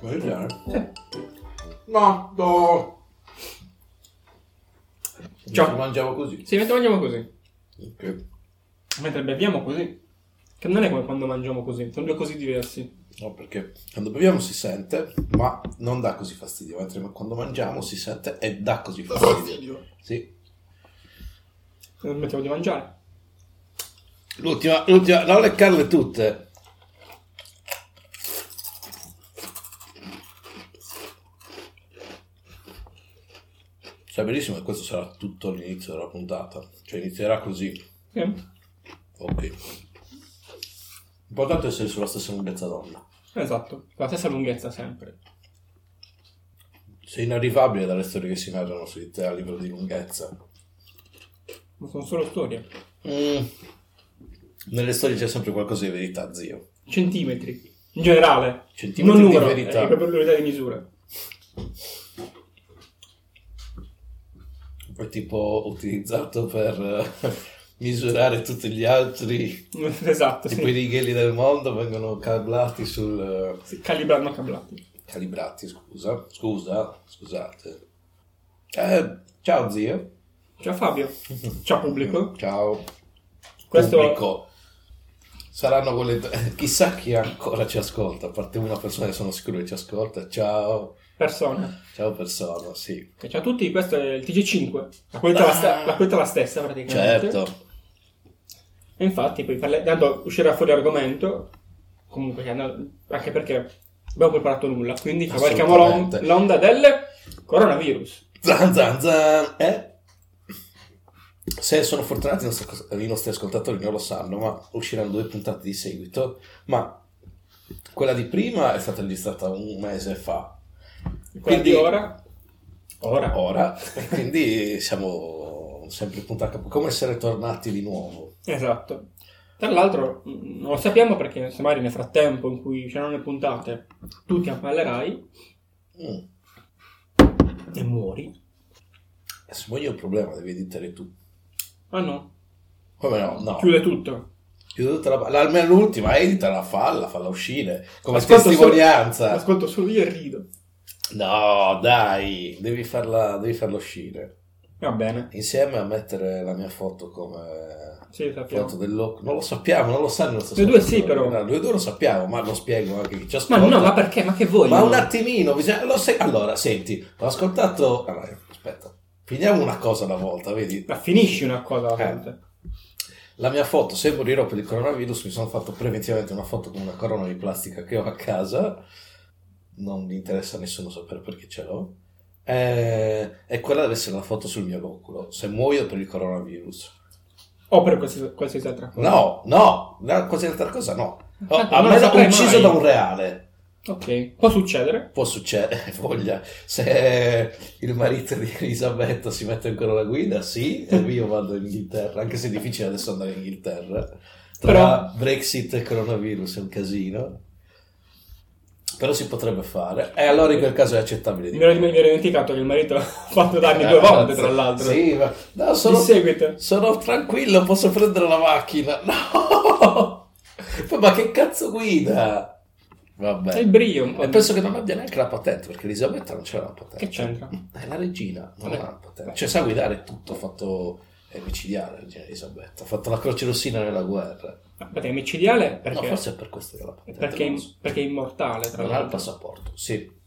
Vediamo. No, no. Ciao. Ci mangiamo così. Sì, mentre mangiamo così. Ok. Mentre beviamo così. Che non è come quando mangiamo così, sono due cose diversi. No, perché quando beviamo si sente, ma non dà così fastidio, mentre quando mangiamo si sente e dà così fastidio. Sì. Non smettiamo Eh, di mangiare. L'ultima, l'ultima, non leccarle tutte. Sai benissimo che questo sarà tutto l'inizio della puntata, cioè inizierà così. Sì. Ok. L'importante è essere sulla stessa lunghezza d'onda. Esatto, la stessa lunghezza sempre. Sei inarrivabile dalle storie che si narrano su di te a livello di lunghezza. Ma sono solo storie. Mm. Nelle storie c'è sempre qualcosa di verità, zio. Centimetri. In generale. Centimetri non di numero, verità. è proprio l'unità di misura. È tipo utilizzato per eh, misurare tutti gli altri. esatto, Tipo i sì. righelli del mondo vengono calibrati sul... eh, Si calibrano cablati. Calibrati, scusa. Scusa, scusate. Eh, ciao zio. Ciao Fabio. Ciao pubblico. Ciao. Questo- Pubblico. Saranno quelle... Chissà chi ancora ci ascolta, a parte una persona che sono sicuro che ci ascolta. Ciao. Persona. Ciao persona, sì. Ok, ciao a tutti, questo è il TG5. La qualità è la, sta- la qualità è la stessa praticamente. Ah. Certo. E infatti, poi parla- tanto uscirà fuori argomento, comunque, che andrà- anche perché abbiamo preparato nulla, quindi cavalchiamo l'on- Assolutamente. l'onda del coronavirus. Zan zan zan. Eh? Se sono fortunati i nostri, i nostri ascoltatori non lo sanno, ma usciranno due puntate di seguito. Ma quella di prima è stata registrata un mese fa, Quindi Quindi- ora, ora, ora, e quindi siamo sempre punta a capo. Come essere tornati di nuovo? Esatto. Tra l'altro, mh, non lo sappiamo perché se magari nel frattempo in cui c'erano le puntate, tu ti ammalerai Mm. e muori. Se vuoi io ho un problema, devi editare tu. Ma no, Come no? No. chiude tutto. Chiudo tutta la- la- almeno l'ultima, editala, falla, falla uscire. Come Ascolto solo- testimonianza. Ascolto solo io e rido. No, dai, devi farla, devi farla uscire. Va bene, Insieme a mettere la mia foto come sì, lo sappiamo. foto del lock. Non lo sappiamo, non lo sanno. non lo Noi due sì, sappiamo. però. No, Noi due lo sappiamo, ma lo spiego anche a chi ci Ma ascolta. no, ma perché? Ma che vuoi? Ma un attimino, bisogna- lo se- allora, senti, ho ascoltato... Allora, aspetta, finiamo una cosa alla volta, vedi? Ma finisci una cosa alla Eh. volta. La mia foto, se morirò per il coronavirus, mi sono fatto preventivamente una foto con una corona di plastica che ho a casa. Non mi interessa a nessuno sapere perché ce l'ho. Eh, E quella deve essere la foto sul mio loculo. Se muoio per il coronavirus. O per qualsiasi, qualsiasi altra cosa. No, no, no, quasi altra cosa no. Oh, Infatti, a non lo meno saprei ucciso mai. da un reale. Ok, può succedere. Può succedere, voglia. Se il marito di Elisabetta si mette ancora la guida, sì, e io vado in Inghilterra, anche se è difficile adesso andare in Inghilterra. Tra Però- Brexit e coronavirus è un casino. Però si potrebbe fare. E allora in quel caso è accettabile di Mi ero, mi ero dimenticato che il marito l'ha fatto darmi due volte, tra l'altro. Eh, Sì, ma no, Di sono, seguito. sono tranquillo, posso prendere la macchina. No! Poi, Ma che cazzo guida? Vabbè. È il brio un po'. E penso che non abbia neanche la patente, perché Elisabetta non c'era la patente. Che c'entra? È la regina, non Vabbè. ha la patente. Cioè sa guidare tutto, ha fatto è micidiale la regina Elisabetta, ha fatto la croce rossina nella guerra. Perché è Ah, micidiale? Perché, No, forse è per questo che ha la patente. perché, non lo so. perché è immortale, tra Non ha il l'altro. passaporto, sì.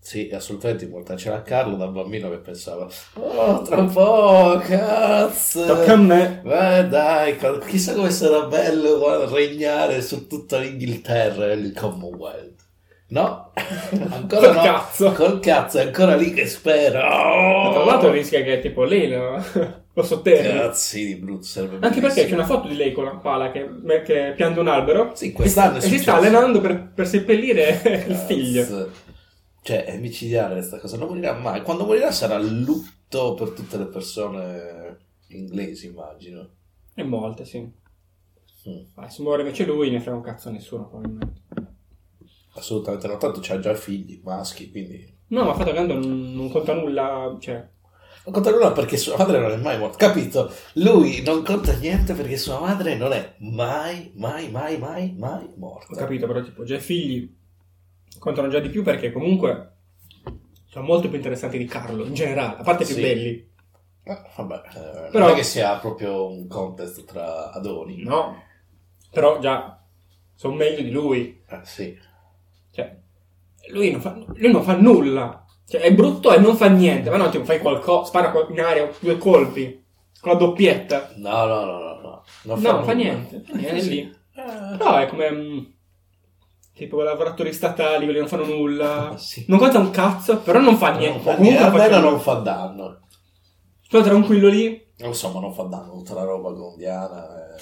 Sì, è assolutamente immortale. C'era Carlo da bambino che pensava, oh, tra un po', cazzo. Tocca a me. Beh, Eh, dai, cal- chissà come sarà bello guarda, regnare su tutta l'Inghilterra e il Commonwealth. No, ancora Col no. cazzo. Col cazzo, è ancora lì che spera. Ma Oh! Tra l'altro rischia che tipo lei lo, lo sotterra. Cazzi di brutto, serve Anche perché c'è benissimo. una foto di lei con la pala che, che pianta un albero Sì, quest'anno è e si successo. sta allenando per, per seppellire il figlio. Cazzo. Cioè, è micidiale questa cosa, non morirà mai. Quando morirà sarà lutto per tutte le persone inglesi, immagino. E molte, sì. Mm. Ma se muore invece lui ne frega un cazzo a nessuno, probabilmente. Assolutamente no, tanto c'ha già figli maschi, quindi... No, ma il fatto che tanto non, non conta nulla, cioè... Non conta nulla perché sua madre non è mai morta, capito? Lui non conta niente perché sua madre non è mai, mai, mai, mai, mai Ho morta. capito, però tipo, già i figli contano già di più perché comunque sono molto più interessanti di Carlo in generale, a parte più Sì. belli. Ah, vabbè, eh, Però- non è che sia proprio un contest tra Adoni. No, però già sono meglio di lui. Eh, sì. Cioè, lui non fa, lui non fa nulla. Cioè, è brutto e non fa niente. Ma no, tipo, fai qualcosa, spara qual- in aria due colpi con la doppietta. No, no, no, no. no. Non no, non nulla. fa niente. Fa niente, è Sì. lì. Eh, No, è come... mh, tipo lavoratori statali, quelli non fanno nulla. Eh, sì. Non conta un cazzo, però non fa niente. Non fa Comunque niente. Almeno facciamo- non fa danno. Sto tranquillo lì. Non so, ma non fa danno tutta la roba gondiana. eh.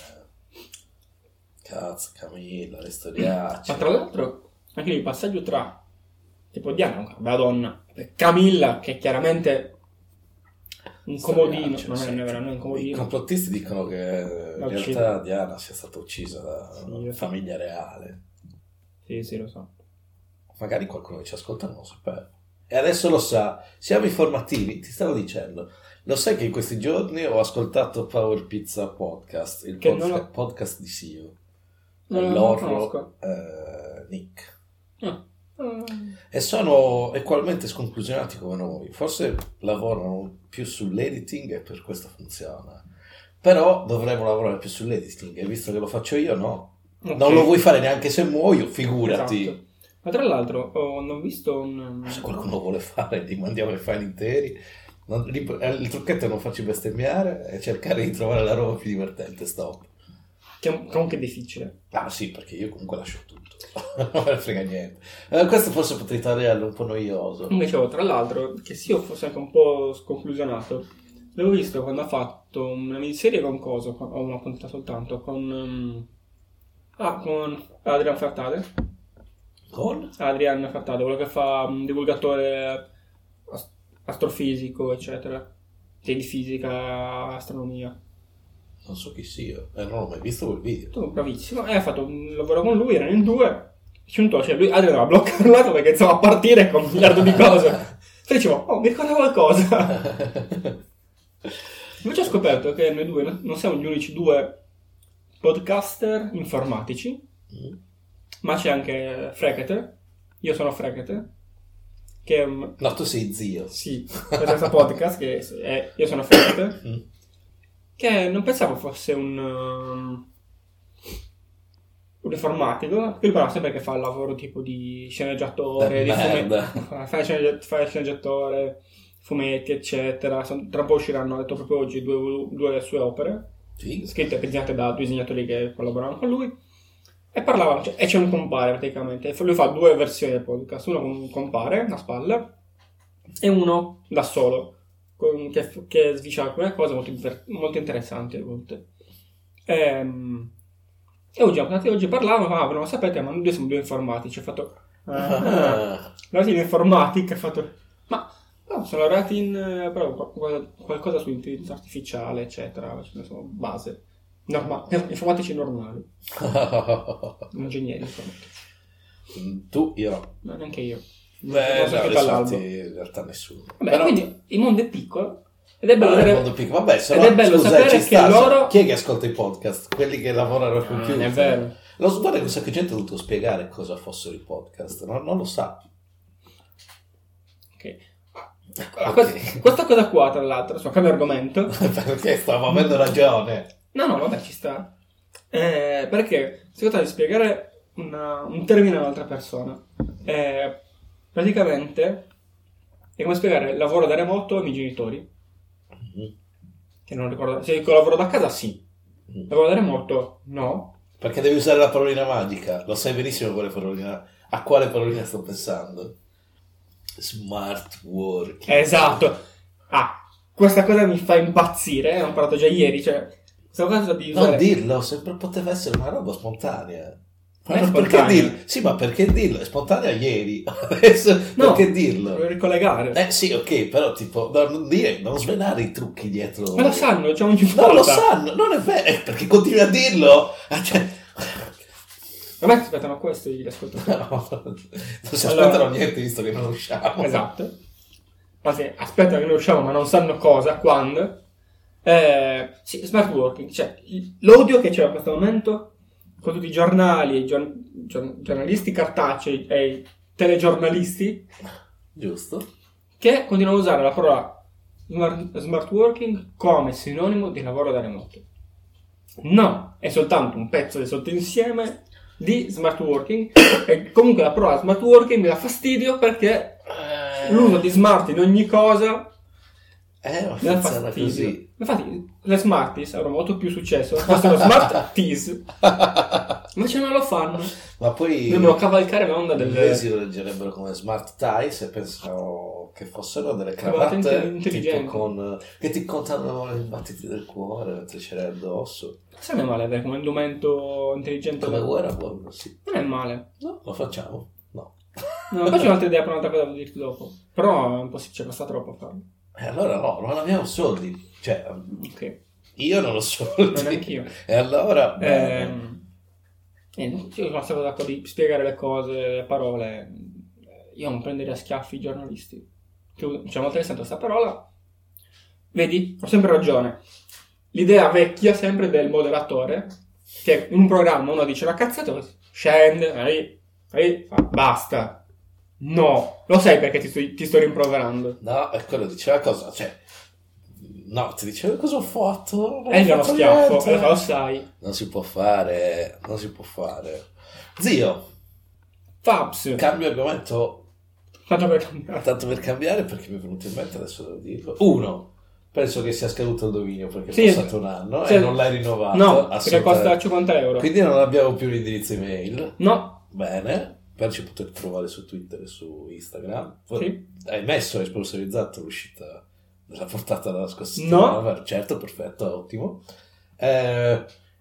Cazzo, Camilla, le storiacce. Ma tra l'altro, anche lì il passaggio tra tipo Diana, una bella donna, e Camilla, che è chiaramente un comodino. Storiacce, Non è, sì. non è vero, non è un I comodino. complottisti dicono che eh, La in realtà uccide. Diana sia stata uccisa da Sì, una io- famiglia reale. Sì, sì, lo so. Magari qualcuno che ci ascolta non lo sapeva. E adesso lo sa. Siamo informativi, ti stavo dicendo. Lo sai che in questi giorni ho ascoltato Power Pizza Podcast, il Che podca- non ho- podcast di Sio. Non lo Loro, conosco. eh, Nick. Mm. e sono equalmente sconclusionati come noi. Forse lavorano più sull'editing e per questo funziona. Però dovremmo lavorare più sull'editing e visto che lo faccio io, no. Ok, Non lo vuoi fare neanche se muoio, figurati. esatto. Ma tra l'altro, ho non ho visto un. Se qualcuno lo vuole fare, gli mandiamo i file interi. Non- li- eh, il trucchetto è non farci bestemmiare e cercare di trovare la roba più divertente. Stop. Che è un- comunque difficile. Ah sì, perché io comunque lascio tutto. non me ne frega niente. Eh, questo forse potrei tagliarlo un po' noioso. Comunque dicevo, tra l'altro, che sì, io fosse anche un po' sconclusionato. L'avevo visto quando ha fatto una miniserie con Coso, con- ho una puntata soltanto, con. ehm, ah, con Adrian Frattale. Con? Adrian Frattale, quello che fa un divulgatore ast- astrofisico, eccetera. Che di fisica, astronomia. Non so chi sia. Eh, non ho mai visto quel video. Tu, bravissimo. E ha fatto un lavoro con lui, erano in due. Ci un cioè lui Adrian doveva bloccarlo là perché insomma a partire con un miliardo di cose. E dicevo, oh, mi ricorda qualcosa. Invece ho scoperto che noi due non- non siamo gli unici due podcaster informatici, ma c'è anche Frecate. Io sono Frecate, che è un- No, tu sei zio. Sì, per questo podcast che è- io sono Fred, Mm. che non pensavo fosse un, um, un informatico, che però sempre che fa il lavoro tipo di sceneggiatore, di Da fumetti, Eh, merda. fa il sceneggia- fa il sceneggiatore, fumetti, eccetera. Son- Tra un po' usciranno, ho detto proprio oggi, due, volu- due sue opere, Sì. scritte e disegnate da due disegnatori che collaboravano con lui. E parlavano, cioè, e c'è un compare praticamente. Lui fa due versioni del podcast: uno con un compare a spalla e uno da solo, con- che, che sviscia alcune cose molto, inter- molto interessanti a volte. Ehm, e oggi, la puntata di oggi parlavano, ah, ve non lo sapete, ma noi due siamo due informatici. Ho fatto. "Ah, Ah, laureati in informatica, ha fatto... Ma no, sono laureati in eh, però, qual- qual- qualcosa su intelligenza artificiale, eccetera, ce ne sono base. Norma- per- informatici normali, ingegneri informatici. tu, io no. No, neanche io. Beh, Non so no, che infatti, dall'albo. in realtà nessuno. esatto, Vabbè, Però- quindi il mondo è piccolo ed però è bello nel vedere... mondo piccolo. Vabbè, se ed no, è bello scusa, sapere ci che sta, loro- Chi è che ascolta i podcast? Quelli che lavorano al Ah, computer. è vero. Lo so guarda che un sacco di gente ha dovuto spiegare cosa fossero i podcast. no? Non lo sa. Ok. Allora, questa, questa cosa qua, tra l'altro, insomma, cambio argomento. Perché stavo avendo ragione. No, no, vabbè, ci sta. Eh, perché si tratta di spiegare una- un termine all'altra persona. Eh, praticamente è come spiegare il lavoro da remoto ai miei genitori. Mm. Che non ricordo. Se dico lavoro da casa, sì. Mm. Lavoro da remoto, no. Perché devi usare la parolina magica. Lo sai benissimo quale parolina, a quale parolina sto pensando. Smart working. Esatto. Ah, questa cosa mi fa impazzire. eh, Ho imparato già ieri. Cioè, questa cosa di usare. Non dirlo, sembra poteva essere una roba spontanea. Ma Non è non- perché spontanea. dirlo? Sì, ma perché dirlo? È spontanea ieri. Adesso No, perché Voglio dirlo? ricollegare. Eh sì, ok, però tipo, no, non, dire, non svelare i trucchi dietro. Ma lo sanno, c'è ogni volta. No, lo sanno, non è vero, eh, perché continui a dirlo. Ah, cioè, A me si aspettano questo gli ascoltatori. no, non si Allora- aspettano niente visto che non usciamo. Esatto. Anzi, aspettano che noi usciamo, ma non sanno cosa, quando. Eh, sì, smart working, cioè il- l'odio che c'è a questo momento con tutti i giornali, i gior- gior- giornalisti cartacei e i telegiornalisti Giusto? che continuano a usare la parola smart, smart working come sinonimo di lavoro da remoto. No, è soltanto un pezzo di sottoinsieme di smart working e comunque la parola smart working mi dà fastidio perché Eh, l'uso di smart in ogni cosa Eh, ma mi dà funziona così. fastidio. Infatti le smarties avrebbero avuto più successo, fossero smarties, invece non lo fanno. Ma poi Devono cavalcare l'onda gli del inglesi lo leggerebbero come smart ties e pensano che fossero delle Cravatte cravatte intelligenti. tipo con, che ti contano i battiti del cuore mentre ce l'hai addosso. Sai non è male avere come indumento intelligente. Come wearable, sì. Non è male. No, lo facciamo. No. No, poi c'è un'altra idea per un'altra cosa da dirti dopo. Però è un po' si- ci costa troppo a farlo. E allora no, non abbiamo soldi. Cioè, Ok, io non ho soldi. non anch'io. E allora... beh, Ehm, eh, io sono stato d'accordo di spiegare le cose, le parole. Eh, Io non prenderei a schiaffi i giornalisti. Che- Cioè, molte volte sento questa parola. Vedi, ho sempre ragione. L'idea vecchia sempre del moderatore, che in un programma uno dice una cazzata, scende, ehi, ehi, fa, basta. No, lo sai perché ti sto, ti sto rimproverando. No, e quello diceva cosa? Cioè... No, ti diceva cosa ho fatto? Non ho E gli è uno fatto schiaffo, Eh, niente. e lo fa, "Lo sai. Non si può fare, non si può fare. Zio, Fabs, cambio argomento tanto per cambiare. Tanto per cambiare, perché mi è venuto in mente, adesso devo dirlo. Uno, penso che sia scaduto il dominio perché Sì. è passato un anno Sì. e non l'hai rinnovato. No, perché assolutamente. costa 50 euro. Quindi non abbiamo più l'indirizzo email. No, Bene, però ci potete trovare su Twitter e su Instagram. Poi sì. Hai messo, hai sponsorizzato l'uscita della portata della scorsa No. settimana? Certo, perfetto, ottimo. Eh,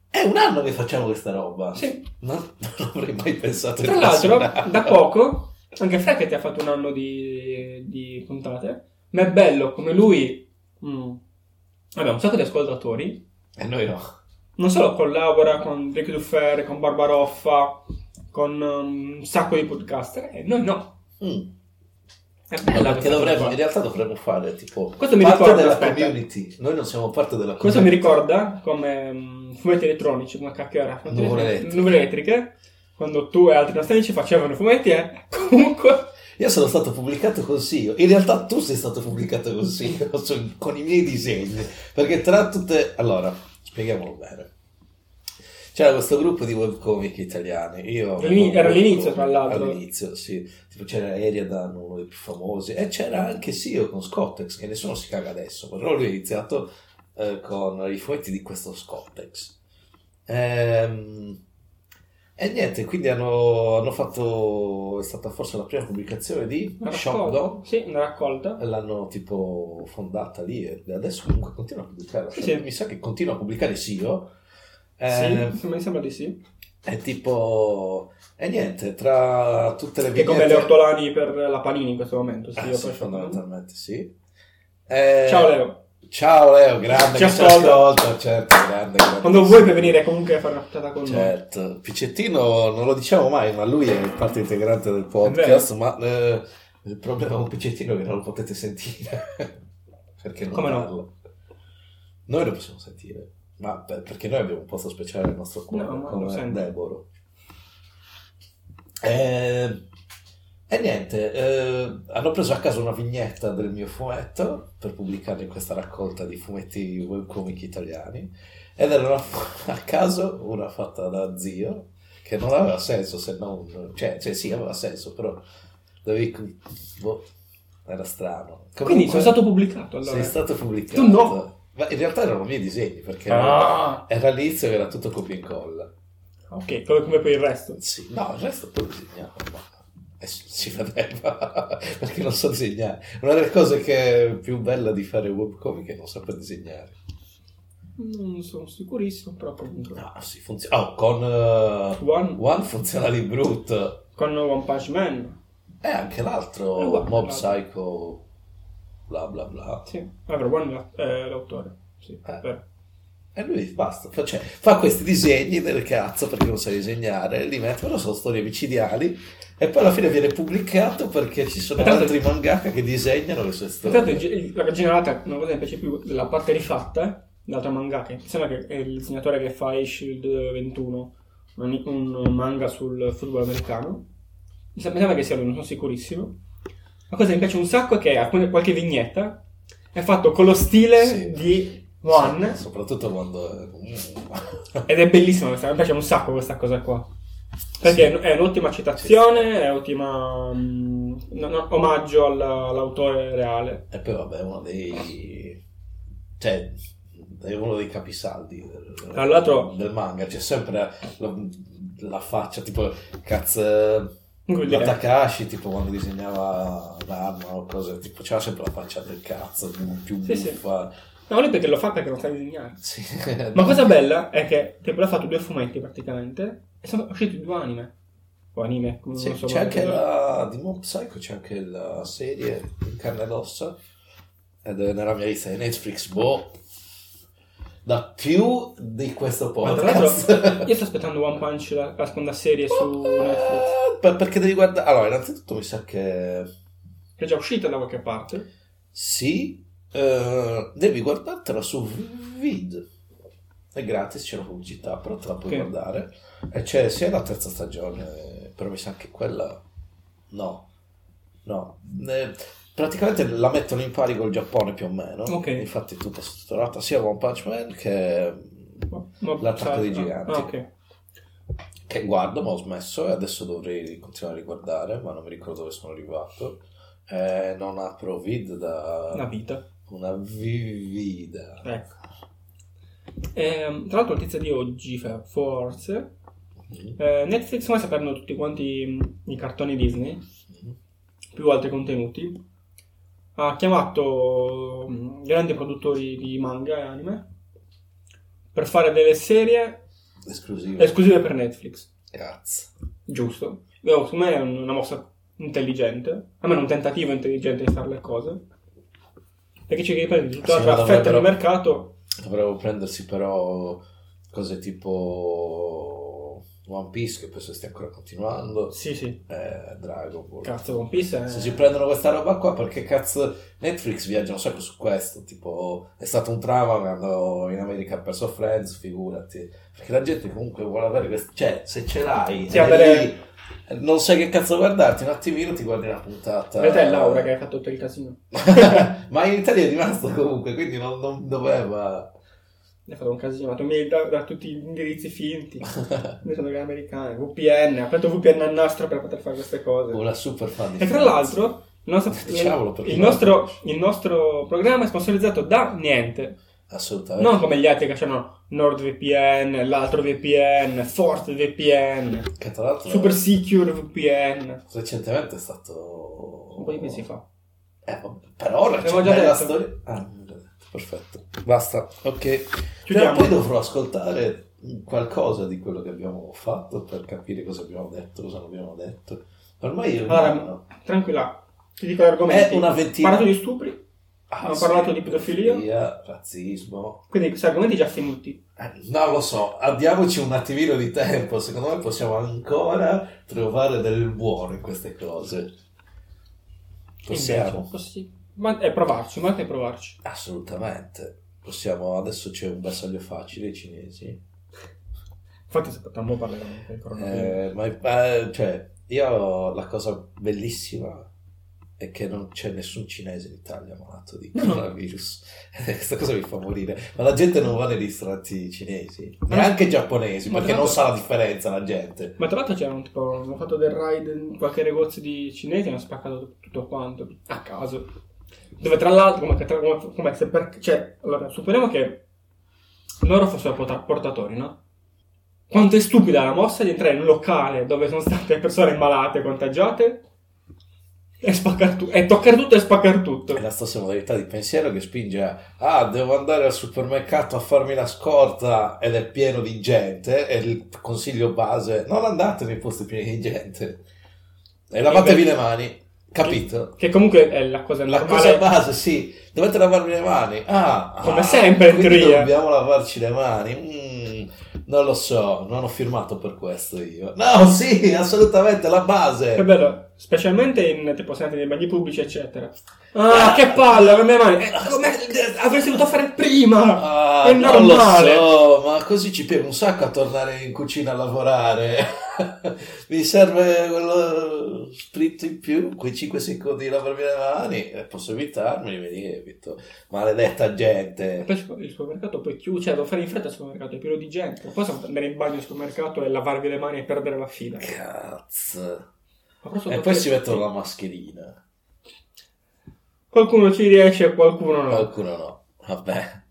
è un anno che facciamo questa roba. Sì. Non, non avrei mai pensato Tra che fosse l'altro, un anno. da poco, anche Frank che ti ha fatto un anno di, di puntate, ma è bello come lui... mm, vabbè, un sacco di ascoltatori. E noi no. Non solo collabora con Ricky Duffer, con Barbaroffa, con um, un sacco di podcaster, e noi no. Mm. È No, perché bella questa dovremmo, cosa. in realtà dovremmo fare tipo Questo mi parte ricorda, della aspetta. community. Noi non siamo parte della Questo mi community. ricorda come mm, fumetti elettronici, come cacchio era? Fumetti Nuvole elettri- elettriche. Nuvole elettriche. Quando tu e altri nostri amici facevano i fumetti, eh. Comunque... Io sono stato pubblicato consiglio. In realtà tu sei stato pubblicato consiglio con i miei disegni. Perché tra tutte. Allora, spieghiamolo bene. C'era questo gruppo di webcomic italiani. Io All'ini- era all'inizio, tra l'altro. All'inizio, sì. Tipo c'era Eriadan, uno dei più famosi. E c'era anche Sio con Scottex, che nessuno si caga adesso. Però lui ha iniziato eh, con i fumetti di questo Scottex. Ehm, e niente, quindi hanno, hanno fatto. È stata forse la prima pubblicazione di Una Shop raccolta. Dog. Sì, una raccolta. L'hanno tipo fondata lì e adesso comunque continua a pubblicare. Sì, sì. Mi sa che continua a pubblicare Sio. Eh, Sì, mi sembra di sì. È tipo. E niente, tra tutte le Che come vignette- le ortolani per la panini in questo momento. Sì, Ah, io sì, poi- fondamentalmente sì. Eh, Ciao Leo, Ciao Leo, grande, Ci che ci ascolta. ascolta, certo, grande, grande. quando vuoi puoi venire comunque a fare una puntata con noi. Certo, Piccettino non lo diciamo mai, ma lui è parte integrante del podcast, ma eh, il problema con Piccettino è che non lo potete sentire. perché non Come no? parlo? Noi lo possiamo sentire, ma per- perché noi abbiamo un posto speciale nel nostro cuore, No, ma lo come sento. Deborah. Eh, E niente, eh, hanno preso a caso una vignetta del mio fumetto per pubblicare in questa raccolta di fumetti webcomic italiani ed era una- a caso una fatta da zio che non aveva senso se non... cioè, cioè sì, aveva senso, però dovevi... boh, era strano. Quindi Comunque, sono stato pubblicato allora. sei stato pubblicato. Tu no. Ma in realtà erano i miei disegni perché Ah, era all'inizio che era tutto copia e incolla. ok, come, come per il resto. Sì, no, il resto poi disegniamo. ma- eh, Si si vedeva perché non so disegnare. Una delle cose che è più bella di fare webcomic è non saper disegnare. Non sono sicurissimo, però comunque. No, si funziona. Oh, con eh, One, One funziona di brutto. con One Punch Man. E anche l'altro, Eh, guarda, Mob guarda. Psycho, bla bla bla. Sì, allora One è eh, l'autore. Sì, Eh. vero. E lui basta, fa- cioè, fa questi disegni del cazzo perché non sa disegnare, li mette, però sono storie micidiali e poi alla fine viene pubblicato perché ci sono E tanto- altri mangaka che disegnano le sue storie. Intanto il- la generata, una cosa che mi piace più, la parte rifatta, l'altra mangaka, mi sembra che è il disegnatore che fa Shield 21, un, un manga sul football americano, Mi sa- mi sembra che sia lui, non sono sicurissimo. La cosa che mi piace un sacco è che alcune, qualche vignetta è fatto con lo stile Sì. di One. Sì, soprattutto quando... Ed è bellissima questa, mi piace un sacco questa cosa qua. Perché Sì. è un'ottima citazione, è ottima mm, no- no, omaggio alla- all'autore reale. E poi vabbè, è uno dei... Cioè, è uno dei capisaldi del, Tra l'altro- del manga. C'è sempre la, la faccia, tipo, cazzo... Come La dire, Takashi, tipo, quando disegnava l'arma o cose, tipo, c'era sempre la faccia del cazzo, più Sì, sì. buffa. No, lui perché lo fa perché non sa disegnare. Sì. Ma la cosa bella è che tipo, lui ha fatto due fumetti praticamente e sono usciti due anime. O anime, come Sì, non so c'è come anche dire. la di Mob Psycho, c'è anche la serie in carne ed ossa ed è nella mia lista di Netflix, boh, da più di questo Ma tra l'altro, podcast. io sto aspettando One Punch la, la seconda serie su Netflix. Eh, Per- perché devi guardare... Allora, innanzitutto mi sa che Che è già uscita da qualche parte. sì, eh, devi guardartela su Vid. È gratis, c'è la pubblicità, però te la puoi Ok. guardare. E c'è sia la terza stagione, però mi sa anche quella... No, no. Eh, praticamente la mettono in pari col Giappone più o meno. Ok. Infatti è tutta strutturata sia One Punch Man che, Ma- ma- L'attacco dei ah, giganti. Ah, ok. che guardo, ma ho smesso e adesso dovrei continuare a riguardare, ma non mi ricordo dove sono arrivato. Eh, non apro Vid da Una vita. una vivida. Ecco. Ehm, tra l'altro, la notizia di oggi, fa- forse. Mhm. eh, Netflix come sta perdendo tutti quanti mh, i cartoni Disney, Mhm. più altri contenuti. Ha chiamato mh, grandi produttori di manga e anime per fare delle serie Esclusiva. esclusive per Netflix. Cazzo. Giusto. Io, secondo me è un- una mossa intelligente, almeno un tentativo intelligente di fare le cose. Perché c'è chi prende tutta Sì, la ma traffetta del dovrebbero- mercato. Dovrebbero prendersi però cose tipo One Piece, che penso stia ancora continuando, Sì, sì. eh, Dragon Ball. Cazzo, One Piece è... Se si prendono questa roba qua, perché cazzo Netflix viaggia un sacco su questo? Tipo, è stato un trauma quando in America ha perso Friends, figurati. Perché la gente comunque vuole avere questo... Cioè, se ce l'hai, Sì, è avere- lì, eh, non sai che cazzo guardarti, un attimino ti guardi una puntata. Per te è Laura che ha fatto tutto il casino. Ma in Italia è rimasto comunque, quindi non, non doveva... Ne ha fatto un casino, ha fatto mail da, da tutti gli indirizzi finti. Mi sono che americani. VPN, ha aperto VPN al nastro per poter fare queste cose. Una super fan di E tra Friends. l'altro, il nostro, Diciamolo, perché il no. nostro- il nostro programma è sponsorizzato da niente. Assolutamente. Non come gli altri che c'hanno NordVPN, l'altro VPN, FortVPN, Che tra l'altro Super Secure VPN. recentemente è stato... Un po' di mesi fa. Eh, vabbè, però L'avevo c'è già bella detto. storia... Ah, non l'ho detto. perfetto. Basta. Ok. Prima o Chiudiamo. poi dovrò ascoltare qualcosa di quello che abbiamo fatto per capire cosa abbiamo detto, cosa non abbiamo detto. Ormai è un Allora, anno. Tranquilla, ti dico l'argomento. È una Ho ventina. parlato di stupri, Ah, abbiamo sì, parlato di pedofilia. Razzismo. quindi questi argomenti già finiti. Eh, Non lo so, diamoci un attimino di tempo, secondo me possiamo ancora trovare del buono in queste cose. Possiamo, Invece, possi- ma è provarci, ma anche provarci. assolutamente. Possiamo, adesso c'è un bersaglio facile, i cinesi. Infatti aspettiamo parleremo anche del coronavirus. Eh, ma eh, cioè, io la cosa bellissima è che non c'è nessun cinese in Italia malato di No. coronavirus. Questa cosa mi fa morire. Ma la gente non va nei ristoranti cinesi, Ma- neanche giapponesi, ma perché tra non l'altro- sa la differenza la gente. Ma tra l'altro c'era un tipo, hanno fatto del raid in qualche negozio di cinesi e hanno spaccato tutto quanto, a caso. Dove tra l'altro, come, che tra- come- come se per- cioè, allora, supponiamo che loro fossero porta- portatori, no? Quanto è stupida la mossa di entrare in un locale dove sono state persone malate, contagiate, e, spaccar tu- e toccare tutto e spaccare tutto. È la stessa modalità di pensiero che spinge a ah, devo andare al supermercato a farmi la scorta ed è pieno di gente. E il consiglio base è, non andate nei posti pieni di gente e lavatevi Invece- le mani, capito? Che comunque è la cosa La normale. cosa base, sì, Dovete lavarvi le mani. Ah, Come ah, sempre, in quindi teoria. Dobbiamo lavarci le mani. Mm, non lo so, non ho firmato per questo io. No, sì, assolutamente, la È base. bello, specialmente in tipo senti nei bagni pubblici, eccetera. Ah, che palle, con le mani. Eh, come- eh, avresti dovuto fare prima. Ah, È non lo normale. so, ma così ci piego un sacco a tornare in cucina a lavorare. Mi serve quello spritz in più, quei 5 secondi di lavarmi le mani. Eh, Posso evitarmeli, me li evito. Maledetta gente. Poi il- il supermercato poi chiude, cioè devo fare in fretta al supermercato, è pieno di gente. Poi sono andare in bagno al supermercato e lavarvi le mani e perdere la fila. Cazzo. Ma questo E perché- poi si mettono la mascherina. Qualcuno ci riesce, qualcuno no. Qualcuno no. Vabbè.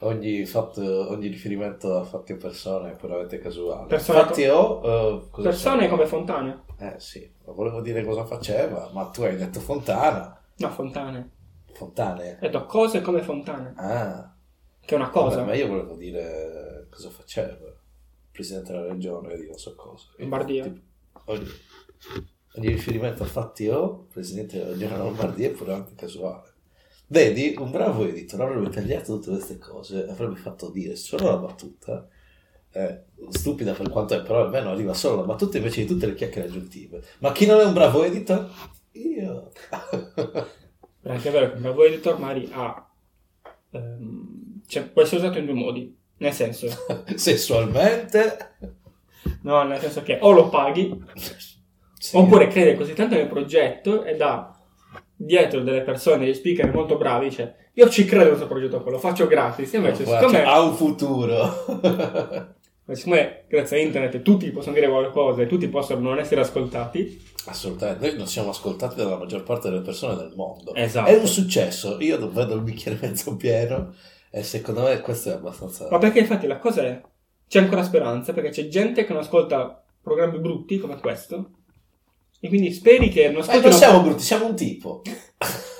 Ogni, fatto, ogni riferimento a fatti o persone è puramente casuale. Persone- Fatti o... eh, cosa Persone c'è? come Fontane. Eh sì, volevo dire cosa faceva, ma tu hai detto Fontana. No, Fontane. Fontane. Ho detto cose come Fontane, Ah. che è una Vabbè, cosa. ma io volevo dire cosa faceva. Presidente della regione di non so cosa. Lombardia. Tipo, Ogni, ogni riferimento a fatti o presidente della regione Lombardia è puramente casuale. Vedi, un bravo editor avrebbe tagliato tutte queste cose, avrebbe fatto dire solo la battuta, eh, stupida per quanto è, però almeno arriva solo la battuta invece di tutte le chiacchiere aggiuntive. Ma chi non è un bravo editor? Io. Però è anche vero che un bravo editor magari ha... ehm, cioè, può essere usato in due modi. Nel senso, Sessualmente. no, nel senso che o lo paghi, Sì. oppure crede così tanto nel progetto e da dietro delle persone, degli speaker molto bravi, dice io ci credo in questo progetto, qua, lo faccio gratis. Invece, Guarda, siccome, eh, cioè, ha un futuro. siccome grazie a internet tutti possono dire qualcosa e tutti possono non essere ascoltati, Assolutamente, noi non siamo ascoltati dalla maggior parte delle persone del mondo. esatto. È un successo, io non vedo il bicchiere mezzo pieno e secondo me questo è abbastanza... Eh, Ma perché infatti la cosa è, c'è ancora speranza, perché c'è gente che non ascolta programmi brutti come questo, e quindi speri che non Ma Eh, non ascoltino... siamo brutti, siamo un tipo.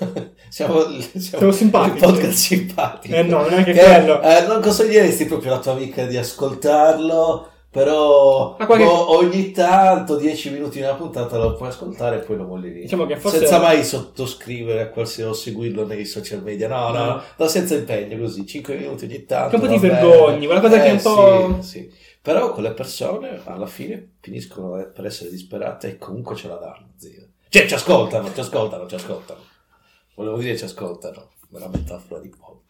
siamo, Siamo simpatici. il podcast simpatico. Eh no, non è che Che, quello. eh, non consiglieresti proprio alla tua amica di ascoltarlo, però Ma qualche- boh, ogni tanto, 10 minuti in una puntata lo puoi ascoltare e poi lo voglio lì. Diciamo che forse... Senza mai sottoscrivere a qualsiasi o seguirlo nei social media, no, no, no, no, senza impegno così, 5 minuti ogni tanto. Che un po' va ti bene. vergogni, quella cosa che è un Eh, po'- Sì, sì. Però quelle persone alla fine finiscono eh, per essere disperate e comunque ce la danno, zio. Cioè, ci ascoltano, ci ascoltano, ci ascoltano. Volevo dire ci ascoltano, nella metafora di pop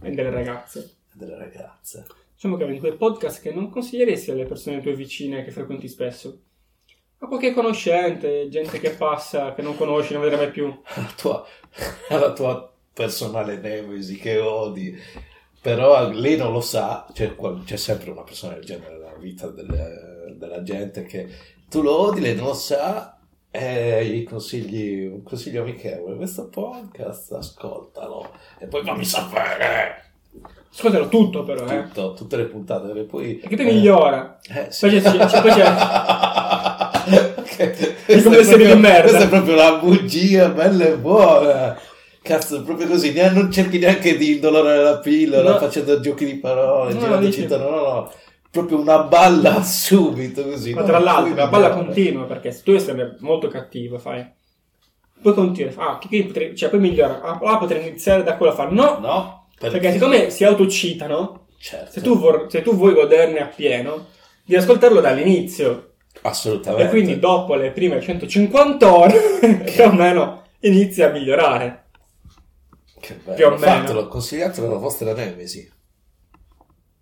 E delle ragazze. delle ragazze. Diciamo che è uno di quei podcast che non consiglieresti alle persone tue vicine che frequenti spesso. A qualche conoscente, gente che passa, che non conosci, non vedrai mai più. alla tua, alla tua personale nemesi che odi, però lei non lo sa, c'è, qual- c'è sempre una persona del genere nella vita delle- della gente che tu lo odi, lei non lo sa e gli consigli un consiglio amichevole, questo podcast ascoltalo e poi fammi sapere Ascoltalo tutto però, eh. tutto, tutte le puntate perché poi... Perché poi eh, migliora. eh, sì. Poi c'è- c'è- poi Ok, È come questa una serie proprio- di merda. Questa è proprio una bugia bella e buona. Cazzo, proprio così. ne- Non cerchi neanche di indolorare la pillola No. facendo giochi di parole, No, girando dici- città. No, no, no. Proprio una balla subito così. Ma no? tra l'altro, Poi la balla migliora. continua, perché se tu devi essere molto cattivo, fai... Poi continua, ah, che, che potrei- cioè, poi migliora. Ah, ah, potrei iniziare da quello a fare. No! No, perché, Perché siccome si autocitano, Certo. se tu, vor- se tu vuoi goderne appieno, devi ascoltarlo dall'inizio. Assolutamente. E quindi dopo le prime 150 ore, più o meno, inizia a migliorare. Che bello. più o meno. Fatelo, consigliatelo alla vostra nemesi.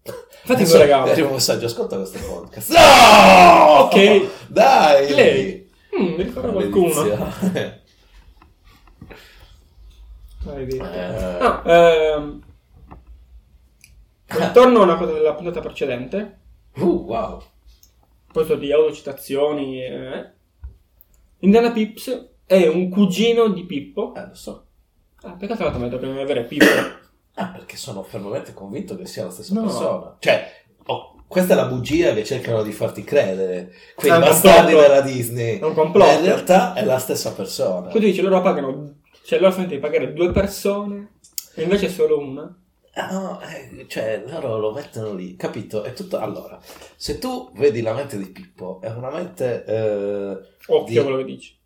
Infatti, Adesso so, ragazzi, Arriva un messaggio, ascolta questo podcast. No! Ok. Dai! Lei. mm, mi ricordo qualcuno. Maledizione. Vai via. Eh. Ah, ehm, ritorno a una cosa della puntata precedente, Uh, wow. questo di autocitazioni. Eh. Indiana Pips è un cugino di Pippo. Eh, lo so. Ah, peccato l'altro mi ha detto che non è vero, è Pippo. Ah, perché sono fermamente convinto che sia la stessa No. persona. Cioè, oh, questa è la bugia che cercano di farti credere. Quei È Eh, un bastardi complotto. della Disney. È un Ma in complotto. realtà è la stessa persona. Quindi dice loro pagano, cioè loro fanno di pagare due persone e invece è solo una. Ah, no, eh, cioè, loro lo mettono lì, capito? È tutto... Allora, se tu vedi la mente di Pippo, è una mente... eh, Occhio Di- a quello che dici.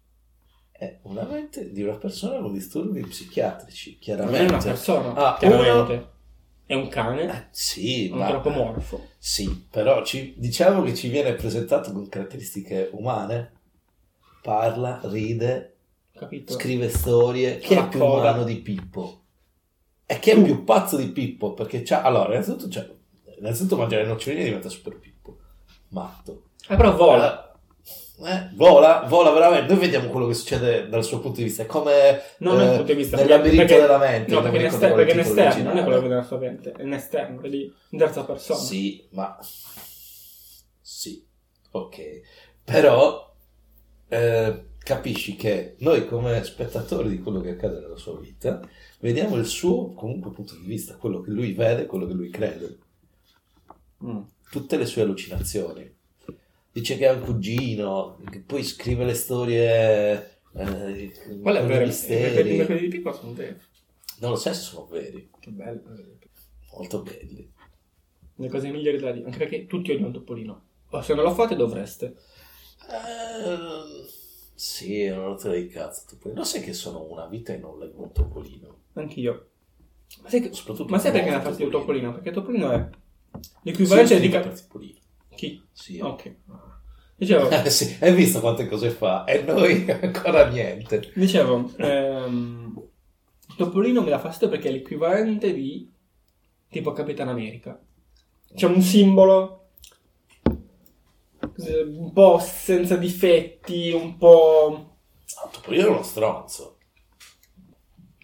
è una mente di una persona con disturbi psichiatrici, Non è una chiaramente. persona, Ah, chiaramente. È un cane, Eh, sì, un ma- antropomorfo. Sì, però ci- diciamo che ci viene presentato con caratteristiche umane. Parla, ride, Capito? scrive storie. Chi è Racconta. più umano di Pippo? E chi è più pazzo di Pippo? Perché c'ha... Allora, innanzitutto, c'ha- innanzitutto mangiare le noccioline diventa super Pippo. Matto. Ah, però vola. Eh, vola, vola veramente. Noi vediamo quello che succede dal suo punto di vista. È come Non dal eh, punto di vista nel perché- labirinto perché- della mente. No, non perché mi in ricordo qual esterno, è perché il in titolo esterno non è quello originale. che della sua mente, è in esterno, è lì, in terza persona. Sì, ma sì, ok. Però eh, capisci che noi come spettatori di quello che accade nella sua vita, vediamo il suo comunque punto di vista, quello che lui vede, quello che lui crede, Mm. tutte le sue allucinazioni. Dice che ha un cugino, che poi scrive le storie eh, Quello è con i vero, i misteri. mercoledì di Pippo sono veri. Non lo so se sono veri, Che bello. molto belli. Le cose migliori della vita, anche perché tutti odiano Topolino. O se non lo fate dovreste. Ehm, sì, è una rottura di cazzo. Topolino. Lo sai che sono una vita e non leggo un topolino. Anch'io. Ma sai, che- Soprattutto ma sai un perché mi ha nuovo fatto Topolino? Perché Topolino è Sì, l'equivalente di... sì, Ca- per Topolino. Chi? Sì. Ok. Dicevo, Sì, hai visto quante cose fa? E noi ancora niente. dicevo ehm, Topolino mi dà fastidio perché è l'equivalente di tipo Capitan America. C'è un simbolo eh, un po' senza difetti, un po'... No, Ah, Topolino è uno stronzo.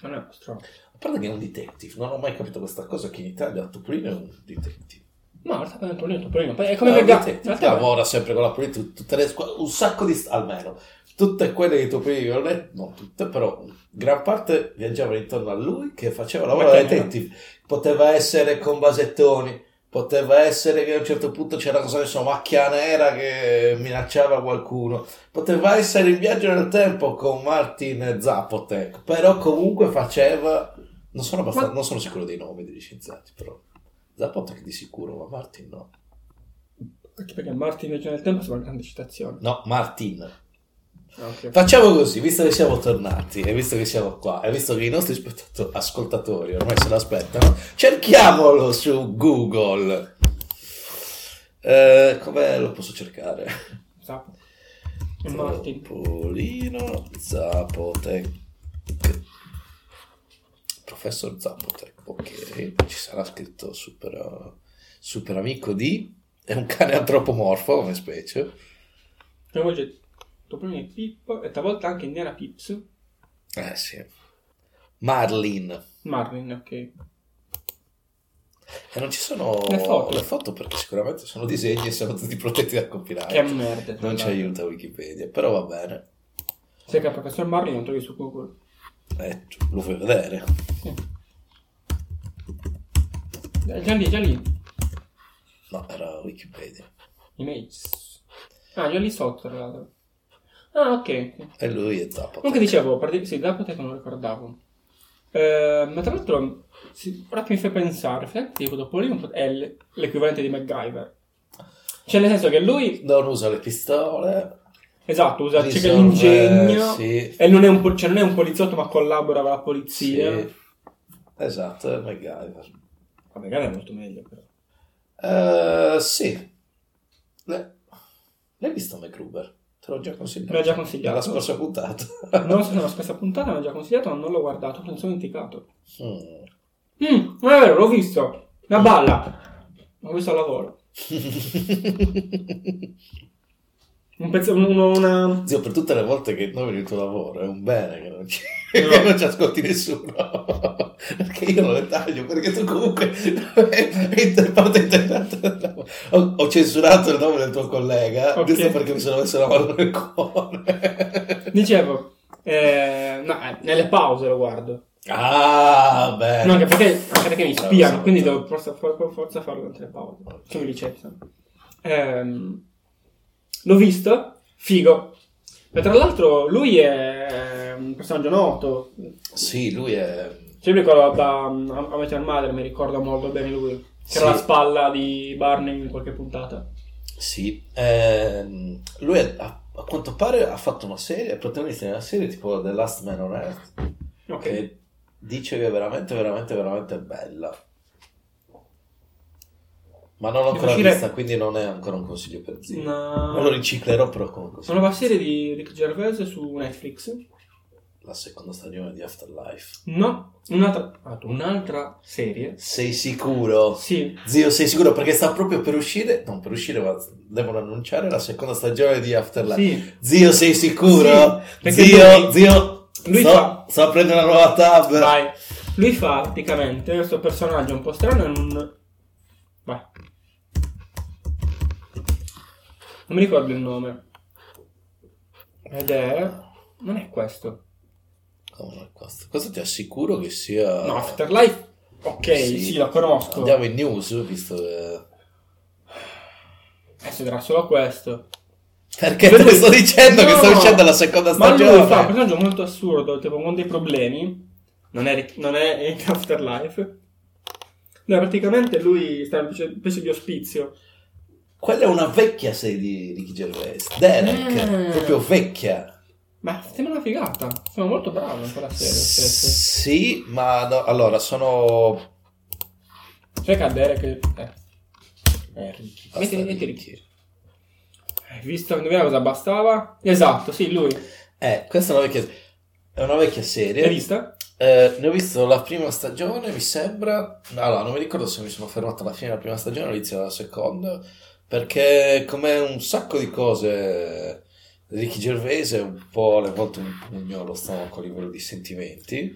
Non è uno stronzo. A parte che è un detective, non ho mai capito questa cosa che in Italia Topolino è un detective. No, in realtà è un Topolino, Topolino. Poi è come Cioè. È un Gaga. In detective, realtà è- lavora sempre con la polizia, tut- tutte le squadre, un sacco di... st- almeno, tutte quelle di Topolino, non è- non tutte, però gran parte viaggiavano intorno a lui che faceva il lavoro Ma da che ne- detective. Poteva essere con Basettoni, poteva essere che a un certo punto c'era, cosa ne so, Macchia Nera che minacciava qualcuno, poteva essere in viaggio nel tempo con Martin Zapotec, però comunque faceva... Non sono, abbastanza- Ma- non sono sicuro dei nomi degli scienziati, però... Zapotec di sicuro, ma Martin no. Anche perché Martin Viaggio nel tempo sembra una grande citazione. Ah, No, Martin. ok. Facciamo così, visto che siamo tornati e visto che siamo qua e visto che i nostri spettato- ascoltatori ormai se l'aspettano, cerchiamolo su Google. Eh, come lo posso cercare? Zappo. E Martin. Topolino Zapotec. Professor Zapotec, ok. Ci sarà scritto super, super amico di... È un cane antropomorfo come specie. Prima voce Topolino e Pippo e talvolta anche Indiana Pips. Eh sì. Marlin. Marlin, ok. E non ci sono Le foto. perché sicuramente sono disegni e sono tutti protetti dal copyright. Che merda. tra non ci l'altro. aiuta Wikipedia, però va bene. Sai che il professor Marlin non trovi su Google. Eh, lo vuoi vedere? Sì. Eh, Già lì, già lì. No, era Wikipedia. Images. Ah, già lì sotto, tra l'altro. Ah, ok. E lui è Zappa. Comunque dicevo, parte- sì, Zapotec non lo ricordavo. Eh, ma tra l'altro, sì, ora che mi fai pensare, effettivamente tipo Topolino pot- è l- l'equivalente di MacGyver. Cioè, nel senso che lui, Non usa le pistole. esatto, usa c'è che risolve- l'ingegno, Sì, e non è, un, po- cioè, non è un poliziotto ma collabora con la sì. polizia. Esatto, è MacGyver. Ma MacGyver è molto meglio, però. Eh, sì. Le- L'hai visto MacGruber? Te l'ho già consigliato. Me l'ha già consigliato. La scorsa puntata. Non so se è una stessa puntata, l'ho già consigliato, ma non l'ho guardato, non sono indicato. Mm. Mm, non è vero, l'ho visto. La balla. L'ho visto al lavoro. Mm. Un pezzo, uno- una... Zio, per tutte le volte che noi il tuo lavoro è un bene che non ci, No. che non ci ascolti nessuno. perché io non le taglio, perché tu comunque inter- parte integrante del lavoro. ho, ho censurato il nome del tuo collega, Ok. giusto perché mi sono messo la mano nel cuore. Dicevo, eh, no, eh, nelle pause lo guardo. ah, bene. No, anche perché, anche perché mi Bravo, spiano, bravo. quindi devo forza, for- for- forza farlo durante le pause. Che mi licenziano. Ehm, l'ho visto, figo. E tra l'altro lui è eh, un personaggio noto. Sì, lui è... Cioè, io mi ricordo da um, A Met Your Mother, mi ricordo molto bene lui. C'era Sì. la spalla di Barney in qualche puntata. Sì, ehm, lui è- ha, a quanto pare ha fatto una serie, è protagonista di una serie tipo The Last Man on Earth, Ok. che dice che è veramente, veramente, veramente bella. Ma non l'ho Devo ancora uscire- vista, quindi non è ancora un consiglio per zio. Una... Non lo riciclerò però con un Una consiglio. nuova serie di Rick Gervais su Netflix. La seconda stagione di Afterlife. No, un'altra, ah, un'altra serie. Sei sicuro? Sì, Zio, sei sicuro? Perché sta proprio per uscire. Non per uscire, ma devono annunciare la seconda stagione di Afterlife. sì. Zio, sei sicuro? Sì, perché zio, lui- zio, lui sto, fa- sto a prendere una nuova tab. Vai. Lui fa praticamente questo personaggio un po' strano in un... Vai. Non mi ricordo il nome. Ed è... Non è questo. Come no, questo? Questo ti assicuro che sia... No, Afterlife. Ok, sì, la conosco. Andiamo in news, visto eh, che... Adesso dirà Eh, solo questo. Perché te lo sto dicendo che No, sta uscendo la seconda Ma lui stagione. fa un personaggio molto assurdo, tipo uno dei problemi. Non è, non è in Afterlife. No, praticamente lui sta in una specie- specie di ospizio. Quella è una vecchia serie di Ricky Gervais. Derek, Mm. proprio vecchia. Ma sembra una figata. Sono molto bravo in quella serie. spesso. Sì, ma no, allora sono... Cioè cadere che. Eh. Eh, Ricky. Basta Metti, metti Ricky. Ricky. Hai visto? Indovina cosa bastava? Esatto, sì, lui. Eh, questa è una vecchia, è una vecchia serie. L'hai vista? Eh, ne ho visto la prima stagione, mi sembra. No, Allora, non mi ricordo se mi sono fermato alla fine della prima stagione o all'inizio della seconda. Perché, come un sacco di cose, Ricky Gervais è un po' alle volte un pugno allo stomaco a livello di sentimenti.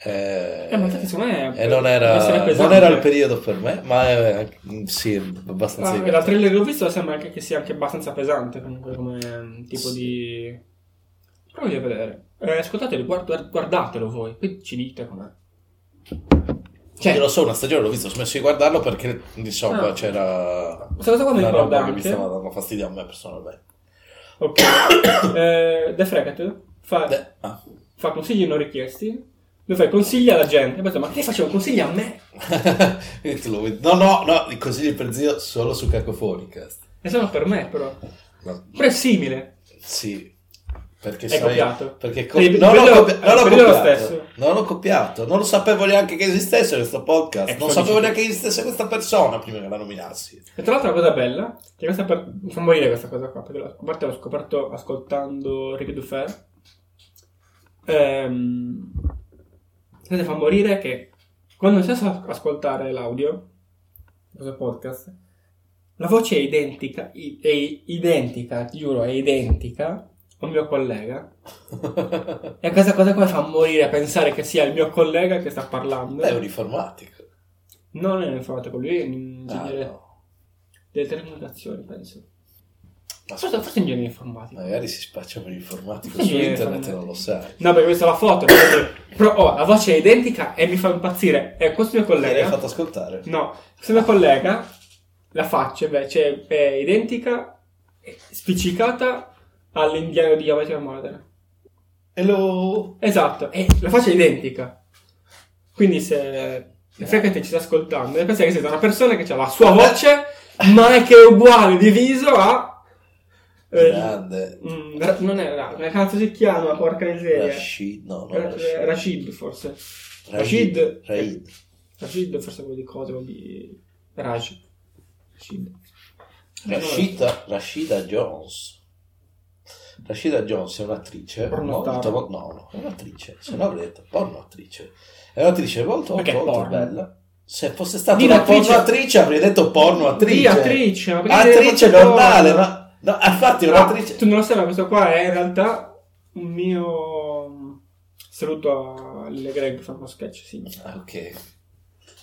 Eh, Eh, ma infatti, secondo me. e non deve essere era, non pesante. era il periodo per me, ma è, sì, è abbastanza eh. Ah, e la divertente. trailer che ho visto sembra anche che sia anche abbastanza pesante comunque come mm, tipo Sì. di... Però voglio vedere. Eh, ascoltatelo, guard- guardatelo voi, poi ci dite com'è. Cioè, Io lo so, una stagione l'ho visto, ho smesso di guardarlo perché, insomma, Ah. c'era questa cosa qua mi una ricorda roba che mi anche... stava dando fastidio a me personalmente. Ok. eh, The Frecat fa, Eh, ah. fa consigli non richiesti. Lui fa i consigli alla gente. Penso, ma che faceva consigli a me? Quindi tu lo vedi. no, no, no, i consigli per zio solo su Cacofonicast. E sono per me, però. No, Però è simile. sì, perché È sai... copiato. Perché co- Eh, non, l'ho quello- copi- non l'ho quello è lo copiato. stesso. non l'ho copiato, non lo sapevo neanche che esistesse questo podcast, Eh, non sto sapevo dicendo. neanche che esistesse questa persona prima che la nominassi. E tra l'altro la cosa bella, che questa per... fa morire questa cosa qua, perché l'ho scoperta, l'ho scoperto ascoltando Ricky Dufer. Ehm... Cosa fa morire che quando si sa ascoltare l'audio, questo podcast, la voce è identica, i- è identica, ti giuro, è identica a un mio collega. E questa cosa qua fa morire pensare che sia il mio collega che sta parlando. Beh, è un informatico. No, non è un informatico, lui è un Ah, ingegnere no. delle telecomunicazioni, penso. Ma Forse, scusa, forse ingegnere informatico. magari si spaccia per informatico Sì, eh, su internet e informatico. non lo sai. No, perché questa è la foto. perché- Però oh, la voce è identica e mi fa impazzire. E questo mio Me l'hai collega. fatto ascoltare. No, questo mio collega, la faccia invece è identica, è spiccicata all'indiano di Yamaha Murder. Hello! Esatto, e la faccia è identica. Quindi se se Frecate ci sta ascoltando, e pensa che siete una persona che ha la sua voce, ma è che è uguale, diviso a... eh, Grande. Mm, ra- non è Ra- come cazzo si chiama? Porca miseria. Rashid, no, non Ra- eh, Rashid, forse. Rashid. Rashid. Rashid. Rashid, forse quello di cosa, quello di Raj. Rashid. Rashida, Rashida Jones. Rashida Jones è un'attrice Pornostar. molto, mo- no, no, è un'attrice, se no avrei detto pornoattrice. È un'attrice molto, Perché molto porno? bella. Se fosse stata Di una un'attrice- pornoattrice avrei detto Di pornoattrice. attrice, ma perché Attrice devi fare normale, porno? ma no, infatti è No, un'attrice Tu non lo sai, ma questo qua è in realtà un mio... mm, Saluto a Le Greg, fa uno sketch, sì. Ah, ok.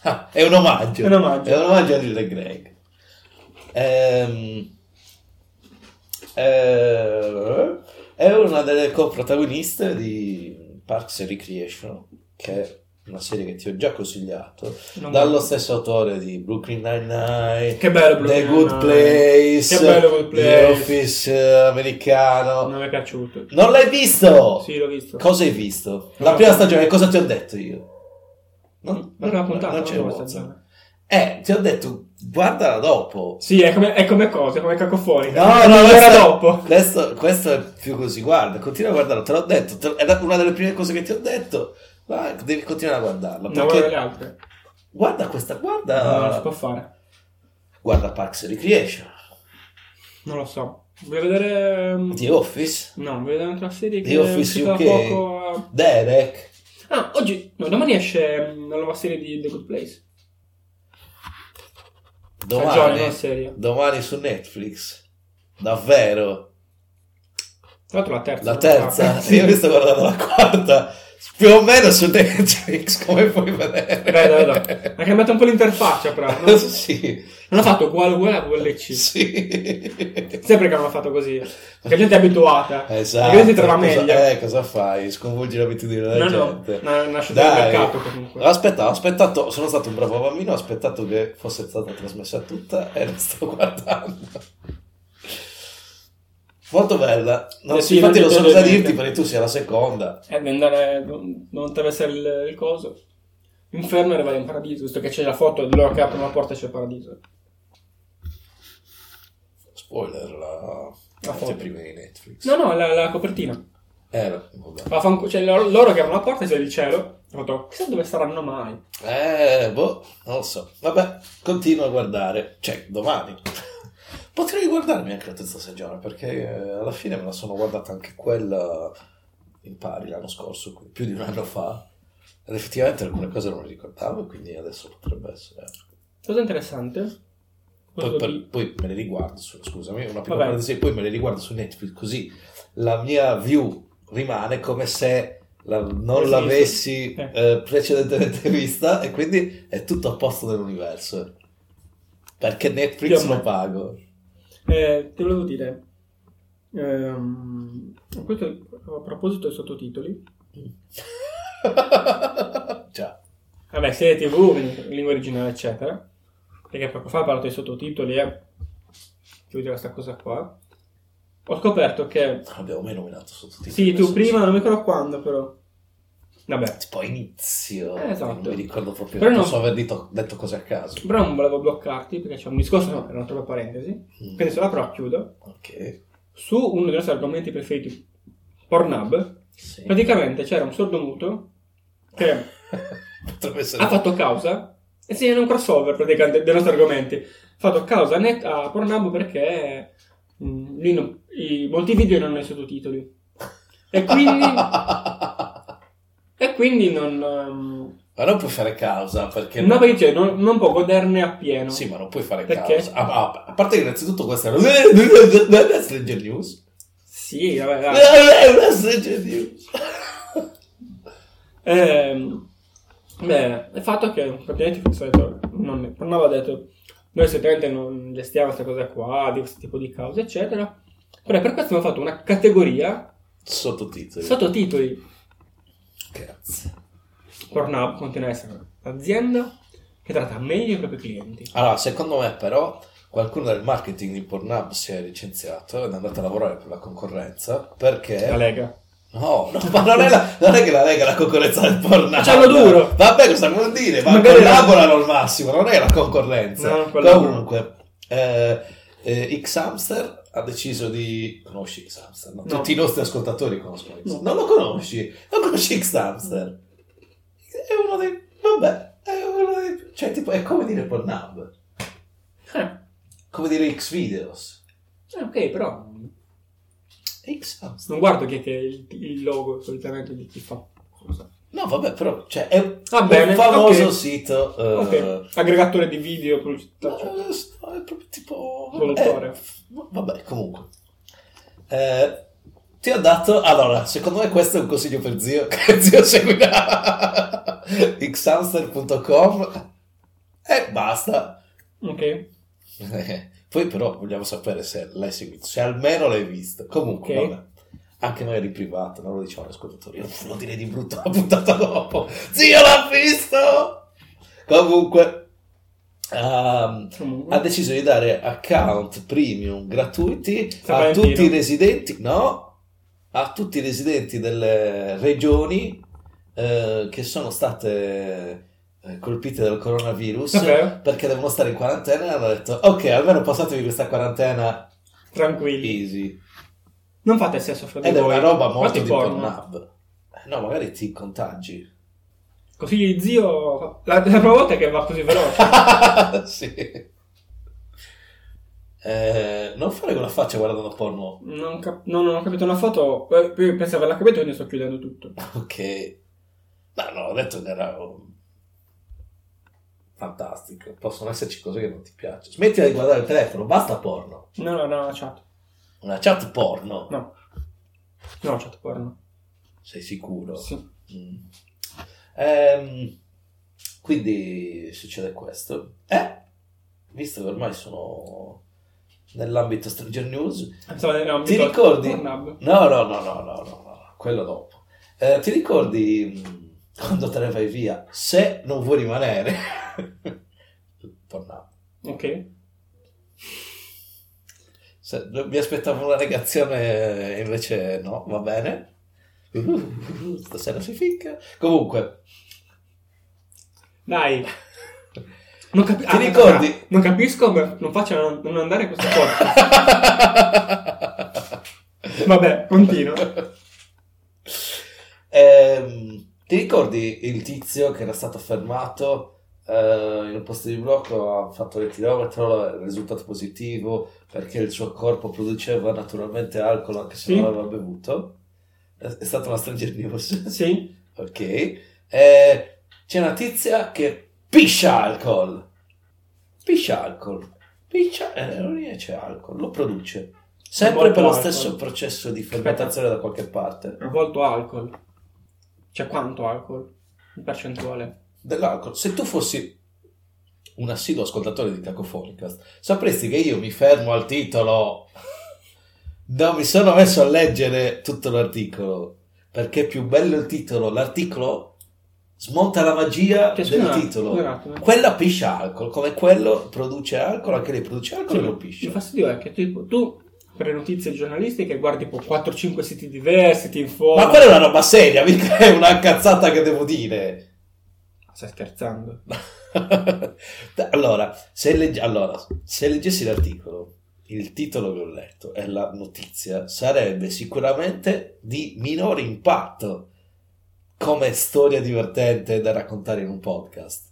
Ah, è un omaggio. È un omaggio. È un omaggio a Little Greg. Ehm, eh, è una delle coprotagoniste di Parks and Recreation, che è una serie che ti ho già consigliato, Non- dallo stesso autore di Brooklyn Nine-Nine, Che bello, Blue The Nine Good Nine. Place, Che bello Good The Place. Office eh, americano. Non mi è piaciuto. Non l'hai visto? Sì, l'ho visto. Cosa hai visto? La No. prima stagione, cosa ti ho detto io? Non l'ho puntata, non non c'è l'ho Watson. stagione. Eh, ti ho detto, guardala dopo. Sì, è come, è come cosa, è come cacofonica. No, È no, mezz'ora questa- dopo. Questo, questo è più così, guarda, continua a guardarlo, te l'ho detto, te- è una delle prime cose che ti ho detto, ma devi continuare a guardarlo. No, perché- guarda le altre. Guarda questa, No, non si guarda, può fare. guarda Parks and Recreation, Non lo so. Voglio vedere... ehm, The Office, No, voglio vedere un'altra serie The che è Office uscita da UK. poco. eh. Derek, Ah, oggi... No, domani esce ehm, la nuova serie di The Good Place. Stagione, non domani, serie. domani su Netflix, davvero, Tra l'altro la terza. Eh, la terza, io mi sto guardando la quarta, più o meno su Netflix, come puoi vedere. Dai, dai, dai. Ha cambiato un po' l'interfaccia, però. Non, sì, non ha fatto uguale uguale a VLC. sì. Sempre che hanno fatto così. Perché la gente è abituata. Esatto. Perché si trova cosa, meglio. Eh, cosa fai? Sconvolgi l'abitudine della No, no, gente. no, nasce dal Dai. mercato comunque. Aspetta, ho aspettato, sono stato un bravo bambino, ho aspettato che fosse stata trasmessa tutta e la sto guardando. Molto bella. Non- Eh sì, infatti non non ti so toglie cosa niente. dirti perché tu sei la seconda. Eh, devi andare, non non deve essere il, il coso. Inferno e vai in paradiso, visto che c'è la foto di loro che aprono la porta e c'è il paradiso. Spoiler la, La foto. prima di Netflix. Ah, No, no, la, la copertina. Eh, no, vabbè. Ma fan- cioè, loro, loro che aprono la porta e c'è il cielo. Ho fatto, chissà dove saranno mai. Eh, boh, non lo so. Vabbè, continuo a guardare. Cioè, domani. Potrei guardarmi anche la terza stagione, perché eh, alla fine me la sono guardata anche quella in pari l'anno scorso, quindi più di un anno fa. Ed effettivamente alcune cose non le ricordavo, quindi adesso potrebbe essere. Cosa interessante. Poi, Questo per- di- poi me le riguardo, su, scusami, una piccola Vabbè. parentesi, poi me le riguardo su Netflix, così la mia view rimane come se la- non Esiste. l'avessi Eh. eh, precedentemente vista e quindi è tutto a posto nell'universo. Perché Netflix Più o meno. lo pago. Eh, ti volevo dire, ehm, questo, a proposito dei sottotitoli, Già. vabbè, serie tv, in lingua originale, eccetera, perché poco fa ho parlato dei sottotitoli eh. e chiudere questa cosa qua, ho scoperto che, Non abbiamo mai nominato sottotitoli. sì, tu adesso prima, non non so. mi ricordo quando però, vabbè, Tipo a inizio. Eh, esatto. Non mi ricordo proprio. Però non no. so aver dito- detto cose a caso. però non volevo bloccarti perché c'è un discorso, no, era una troppa parentesi, Mm, quindi se la però chiudo, Ok. su uno dei nostri argomenti preferiti, Pornhub, Sì. praticamente c'era un sordomuto che... Potrebbe essere. ha fatto causa? Eh sì, è un crossover praticamente dei nostri argomenti. Ha fatto causa a net, a Pornhub perché mm, lì non- i- molti video non hanno i sottotitoli. E quindi, e quindi non... ehm, Ma non puoi fare causa perché. no, perché cioè, non, non può goderne appieno. Sì, ma non puoi fare Perché? causa. Ah, ah, a parte che innanzitutto questa è una Stranger News. Sì, vabbè, È dai. una Stranger News. Ehm, beh, il fatto è che praticamente Fix ha detto, non, non aveva detto, noi solitamente non gestiamo queste cose qua, di questo tipo di cause, eccetera. Però per questo abbiamo fatto una categoria Sottotitoli. sottotitoli. Cazzo. Pornhub continua a essere un'azienda che tratta meglio i propri clienti. Allora, secondo me però qualcuno del marketing di Pornhub si è licenziato ed è andato a lavorare per la concorrenza perché... La Lega. No, no, ma non è, la- non è che la Lega è la concorrenza del Pornhub. Facciamo duro. Vabbè, cosa vuol dire? Ma Magari la- collaborano al massimo, non è la concorrenza. No, non collaborano. Comunque, eh, eh, Xhamster ha deciso di... Conosci Xhamster? No? No. Tutti i nostri ascoltatori conoscono Xhamster. No. Non lo conosci? Non conosci Xhamster? È uno dei... Vabbè, è uno dei... Cioè, tipo, è come dire Pornhub. Eh, Come dire Xvideos. eh, ok, però Xhamster. non guardo chi è, che è il, il logo solitamente di chi fa. cosa. No, vabbè, però... Cioè, è un Va bene. famoso ok. sito... eh, Ok, aggregatore di video, pubblicità. cioè. No, sto- è proprio tipo Produttore. eh, vabbè comunque Eh, ti ho dato allora secondo me questo è un consiglio per zio che zio seguirà xhamster.com e basta Ok, Eh, poi però vogliamo sapere se l'hai seguito se almeno l'hai visto comunque Ok. vabbè. anche magari in privato non lo diciamo agli ascoltatori io lo direi di brutto la puntata dopo zio l'ha visto comunque ehm, comunque. ha deciso di dare account premium gratuiti San a Valentino. tutti i residenti, no, a tutti i residenti delle regioni eh, che sono state eh, eh, colpite dal coronavirus Davvero? perché devono stare in quarantena e hanno detto ok, almeno passatevi questa quarantena Tranquilli. easy. Non fate sesso fra di Ed è voi. una roba molto Fate di porno. Pornhub. Eh, No, magari ti contagi. Così zio... La, la prima volta è che va così veloce. sì. Eh, non fare quella faccia guardando porno. Non, cap- no, non ho capito una foto. Eh, Io penso di averla capito, quindi sto chiudendo tutto. Ok. No, no, ho detto che era um, fantastico. Possono esserci cose che non ti piacciono. Smettila di guardare il telefono, basta porno. No, no, no, la chat. Una chat porno. No, chat porno. Sei sicuro? Sì. Mm. Ehm, quindi succede questo. E visto che ormai sono nell'ambito Stranger News, Pensavo che era un Ti mito- ricordi? Pornhub. No, no, no, no, no, no, no, quello dopo. Eh, ti ricordi mh, quando te ne vai via? Se non vuoi rimanere, Pornhub. Ok. Se- mi aspettavo una negazione, eh, invece no, va bene. Uh, stasera si ficca. Comunque, Dai. Non capi- Ti aspetta, ricordi? aspetta. Non capisco, ma non faccio a non, non andare questo porno. Vabbè, continua. Ehm, ti ricordi il tizio che era stato fermato eh, in un posto di blocco? Ha fatto l'etilometro, risultato positivo perché il suo corpo produceva naturalmente alcol anche se Sì. non aveva bevuto. È è stata una stranger news. Sì. ok. Eh, c'è una tizia che piscia alcol. Piscia alcol. Piscia eh, non c'è alcol, lo produce. Sempre Molto per lo alcol. stesso processo di fermentazione da qualche parte. Volto alcol. Cioè, quanto alcol? In percentuale. dell'alcol. Se tu fossi un assiduo ascoltatore di Cacofonicast, sapresti che io mi fermo al titolo. Non mi sono messo a leggere tutto l'articolo perché è più bello il titolo. L'articolo smonta la magia Cioè, del scusa un att- titolo. scusa un attimo. Quella piscia alcol, come quello produce alcol, anche lei produce alcol Sì, e lo Il piscia. fastidio è che tipo, tu per le notizie giornalistiche guardi tipo 4-5 siti diversi, ti informi. Ma quella è una roba seria, mica è una cazzata che devo dire. Stai scherzando. allora, se legge- allora, se leggessi l'articolo, il titolo che ho letto e la notizia sarebbe sicuramente di minore impatto come storia divertente da raccontare in un podcast.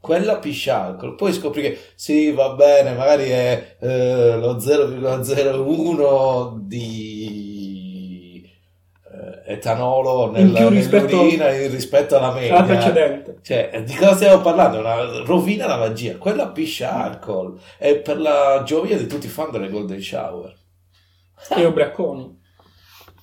Quella piscia alcol, poi scopri che sì, va bene, magari è eh, lo 0,01 di eh, etanolo In nella, più rispetto- nell'urina in- rispetto alla media. La precedente. Cioè, di cosa stiamo parlando? Una rovina la magia. Quella piscia alcol. È per la gioia di tutti i fan delle Golden Shower. E ubriaconi.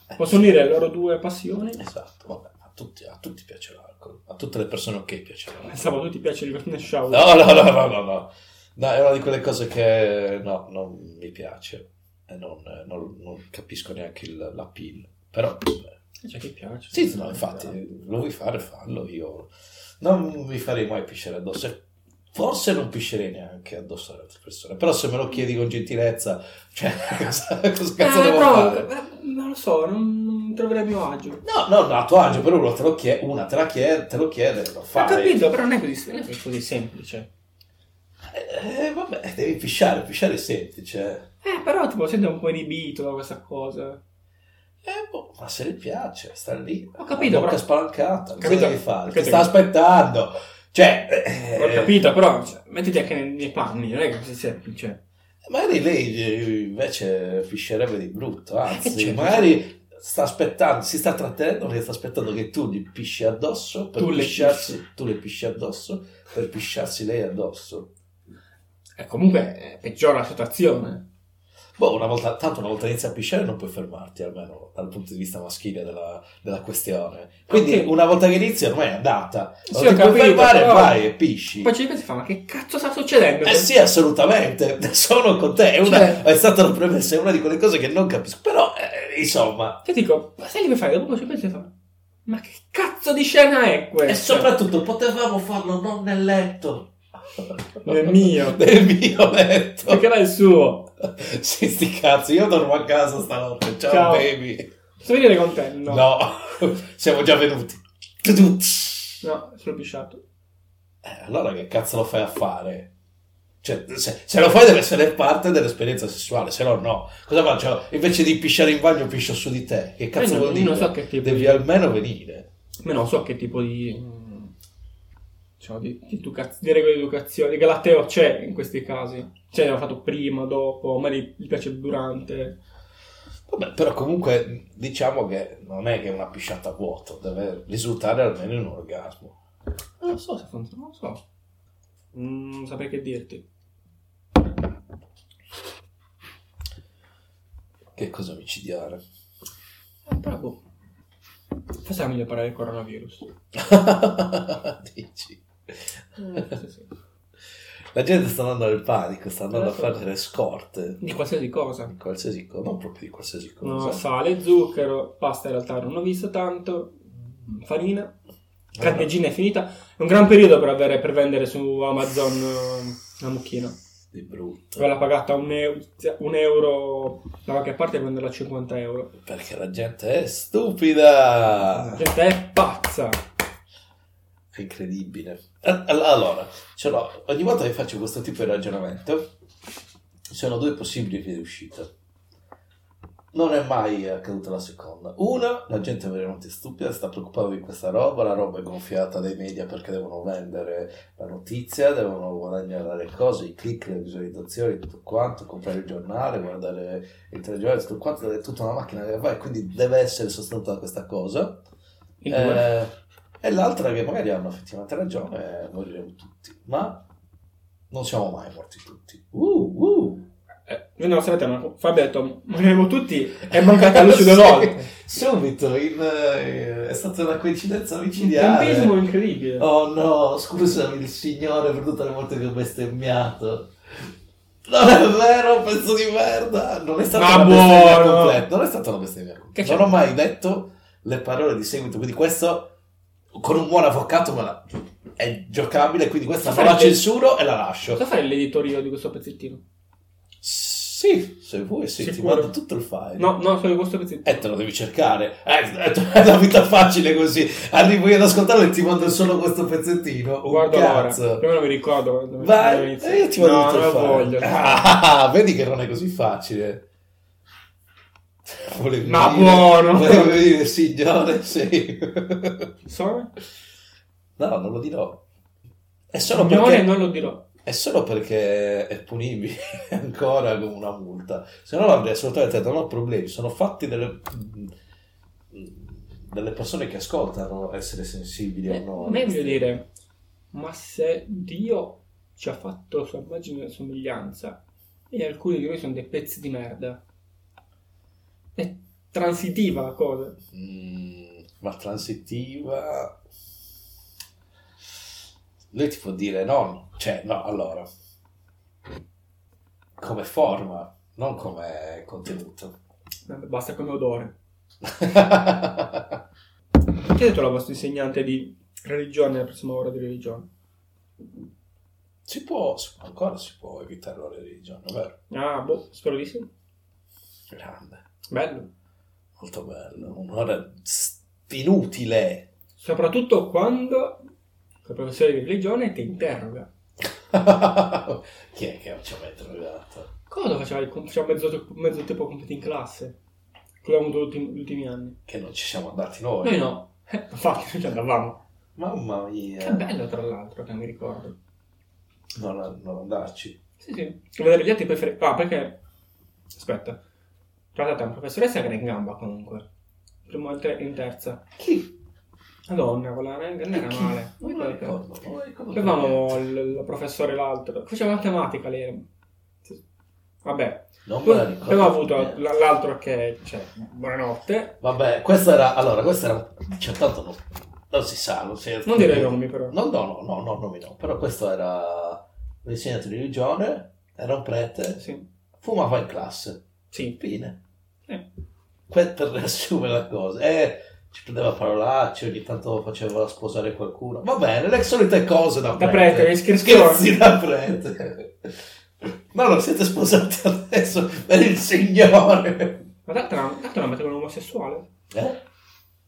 Eh. Possono unire le loro due passioni. Esatto, vabbè. A tutti, a tutti piace l'alcol. A tutte le persone ok piace l'alcol. Pensavo a tutti piace il Golden Shower. No, no, no, no, no, no. No, è una di quelle cose che no, non mi piace. E non, non- non capisco neanche il, la pill. Però, beh, Cioè, che piace. Ah, sì, no, infatti, lo vuoi fare, fallo. Io non mi farei mai pisciare addosso. e Forse non piscerei neanche addosso alle altre persone. Però se me lo chiedi con gentilezza, cioè, cosa, cosa cazzo Eh, devo però, fare? eh, non lo so, non, non mi troverei a mio agio. No, no, no, a tuo agio, però uno te lo chiede, una te, la chiede, te lo chiede, lo Ho fai. capito, però non è così, non è così semplice. Eh, vabbè, devi pisciare, pisciare è semplice. Eh, però tipo sento un po' inibito da questa cosa. Eh, boh, ma se le piace, sta lì. Ho capito, La bocca però- spalancata, cosa Capito, devi fare? Ti capito. sta aspettando. Cioè, eh, Ho capito, però cioè, mettiti anche nei, nei panni, non è che è così semplice. Magari lei eh, invece piscerebbe di brutto, anzi, Eh, certo. magari sta aspettando, si sta trattenendo perché sta aspettando che tu gli pisci addosso per Tu le pisciarsi, tu le pisci addosso per pisciarsi lei addosso. E comunque eh, peggiora la situazione. Boh, una volta, tanto una volta inizi a pisciare non puoi fermarti, almeno dal punto di vista maschile della, della questione. Quindi Ok. una volta che inizi ormai è andata. Non Sì, ti ho puoi capito, fermare, però- vai e pisci. Poi ci pensi e fa, ma che cazzo sta succedendo? Eh sì, assolutamente, sono con te, è, una- Cioè- è stata una premessa, è una di quelle cose che non capisco, però eh, insomma... Ti dico, ma sai che mi fai? Dopo ci pensi e fa, ma che cazzo di scena è questa? E soprattutto potevamo farlo non nel letto. Nel mio. Nel mio letto. Perché era il suo. Sì, sti cazzi, io dormo a casa stanotte. Ciao, Ciao. baby. Posso venire con te? No. No. siamo già venuti. Tudu. No, sono pisciato. Eh, allora che cazzo lo fai a fare? Cioè, se, se lo fai deve essere parte dell'esperienza sessuale, se no no. Cosa faccio? Invece di pisciare in bagno piscio su di te. Che Eh, cazzo no, vuol io dire? non so che tipo Devi di- almeno venire. Ma non so che tipo di. mm, diciamo, di, di educa- di regole di educazione. Di Galateo c'è in questi casi. Cioè, l'hanno fatto prima, dopo, magari gli piace durante. Vabbè, però comunque diciamo che non è che è una pisciata a vuoto, deve risultare almeno in un orgasmo. Non so se funziona, non lo so. Mm, non saprei che dirti. Che cosa omicidiare. Eh, però, boh. Forse è meglio parlare del coronavirus. Dici. Forse sì. La gente sta andando nel panico, sta andando a Adesso- fare le scorte. Di qualsiasi cosa. Di qualsiasi cosa, non proprio di qualsiasi No, cosa. sale, zucchero, pasta in realtà non ho visto tanto, Mm, farina, carneggina è finita. È un gran periodo per, avere, per vendere su Amazon eh, la mucchina. Di brutto. L'ha pagata un, eu- cioè, un euro da qualche parte e venderla a 50 euro. Perché la gente è stupida. La gente è pazza. È incredibile. Eh, All- Allora, ce l'ho. ogni volta che faccio questo tipo di ragionamento, ci sono due possibili vie di uscita. Non è mai accaduta la seconda. Una, la gente è veramente stupida, sta preoccupata di questa roba, la roba è gonfiata dai media perché devono vendere la notizia, devono guadagnare le cose, i click, le visualizzazioni, tutto quanto, comprare il giornale, guardare il telegiornale, tutto quanto, è tutta una macchina che va e quindi deve essere sostenuta da questa cosa. Il due. Eh, e l'altra che magari hanno effettivamente ragione, eh, moriremo tutti, ma non siamo mai morti tutti. Uh, uh. Eh, Io non lo sapete, ma Fabio ha detto, moriremo tutti, è mancata luce due Sì. volte. Subito, in, eh, è stata una coincidenza Un tempismo omicidiale. incredibile. Oh no, scusami il signore per tutte le volte che ho bestemmiato. Non è vero, pezzo di merda! Non è stata Ma una bestemmia buono! completa. Non è stata una bestemmia Che completa. c'è? Non ho mai detto le parole di seguito, quindi questo con un buon avvocato me la- è giocabile, quindi questa non la Sarebbe- censuro e la lascio. Cosa fare l'editorio di questo pezzettino? Sì, se vuoi sì, ti Sicuro? mando tutto il file. No, no, solo questo pezzettino. E te lo devi cercare. Eh, è una vita facile così. Arrivo io ad ascoltarlo e ti mando solo questo pezzettino. Un Guardo cazzo. l'ora. Prima non mi ricordo. quando- quando Vai, inizio. eh, io ti voglio no, tutto non il lo file. voglio. Ah, vedi che non è così facile. Volevi Ma dire- buono. Volevi dire signore, sì. Sono? No, non lo dirò. È solo, No, perché, non lo dirò. è solo perché è punibile ancora con una multa. Se no l'avrei assolutamente detto, non ho problemi. Sono fatti delle, delle persone che ascoltano essere Eh, sensibili o no. Meglio dire, ma se Dio ci ha fatto la sua immagine e somiglianza e alcuni di noi sono dei pezzi di merda, è transitiva la cosa. Mm, ma transitiva lui ti può dire no cioè no allora come forma non come contenuto Vabbè, Basta come odore. no Che ha detto la vostra insegnante di religione la prossima ora di religione? si può si- ancora si può evitare la religione vero? Ah, boh, spero di sì. grande Bello. molto bello un'ora s- inutile Soprattutto quando il professore di religione ti interroga. chi è che ci avete trovato Cosa faceva il com- faceva mezzo, mezzo tempo completo in classe? Quello abbiamo avuto gli ultimi anni. che non ci siamo andati noi Noi no, Eh, infatti non ci andavamo. mamma mia Che bello tra l'altro che mi ricordo. non, non andarci Sì, sì. Vedere gli altri preferiti. Ah, perché... Aspetta. Guardate, è una professoressa che era in gamba comunque. Prima e te- in terza. Chi? Madonna, quella renga non era male. Non me lo ricordo. non me lo ricordo Avevamo niente. il, il professore l'altro. Faceva matematica lei. Sì. Vabbè. Non me Poi la ricordo. abbiamo avuto niente. l- l'altro che... Cioè, buonanotte. Vabbè, questo era... Allora, questo era... Cioè, tanto non, non si sa, non si... Non dire i nomi però. No, no, no, no, no, nomi no. Però questo era un insegnante di religione, era un prete, Sì. fumava in classe. Sì. Fine. Eh. Que- per riassumere la cosa. E ci prendeva parolacce, ogni tanto faceva sposare qualcuno. Va bene, le solite cose da Da prete. prete, le iscrizioni. Scherzi da prete. No, non siete sposati adesso per il Signore. Ma tanto era, tanto era un omosessuale. Eh?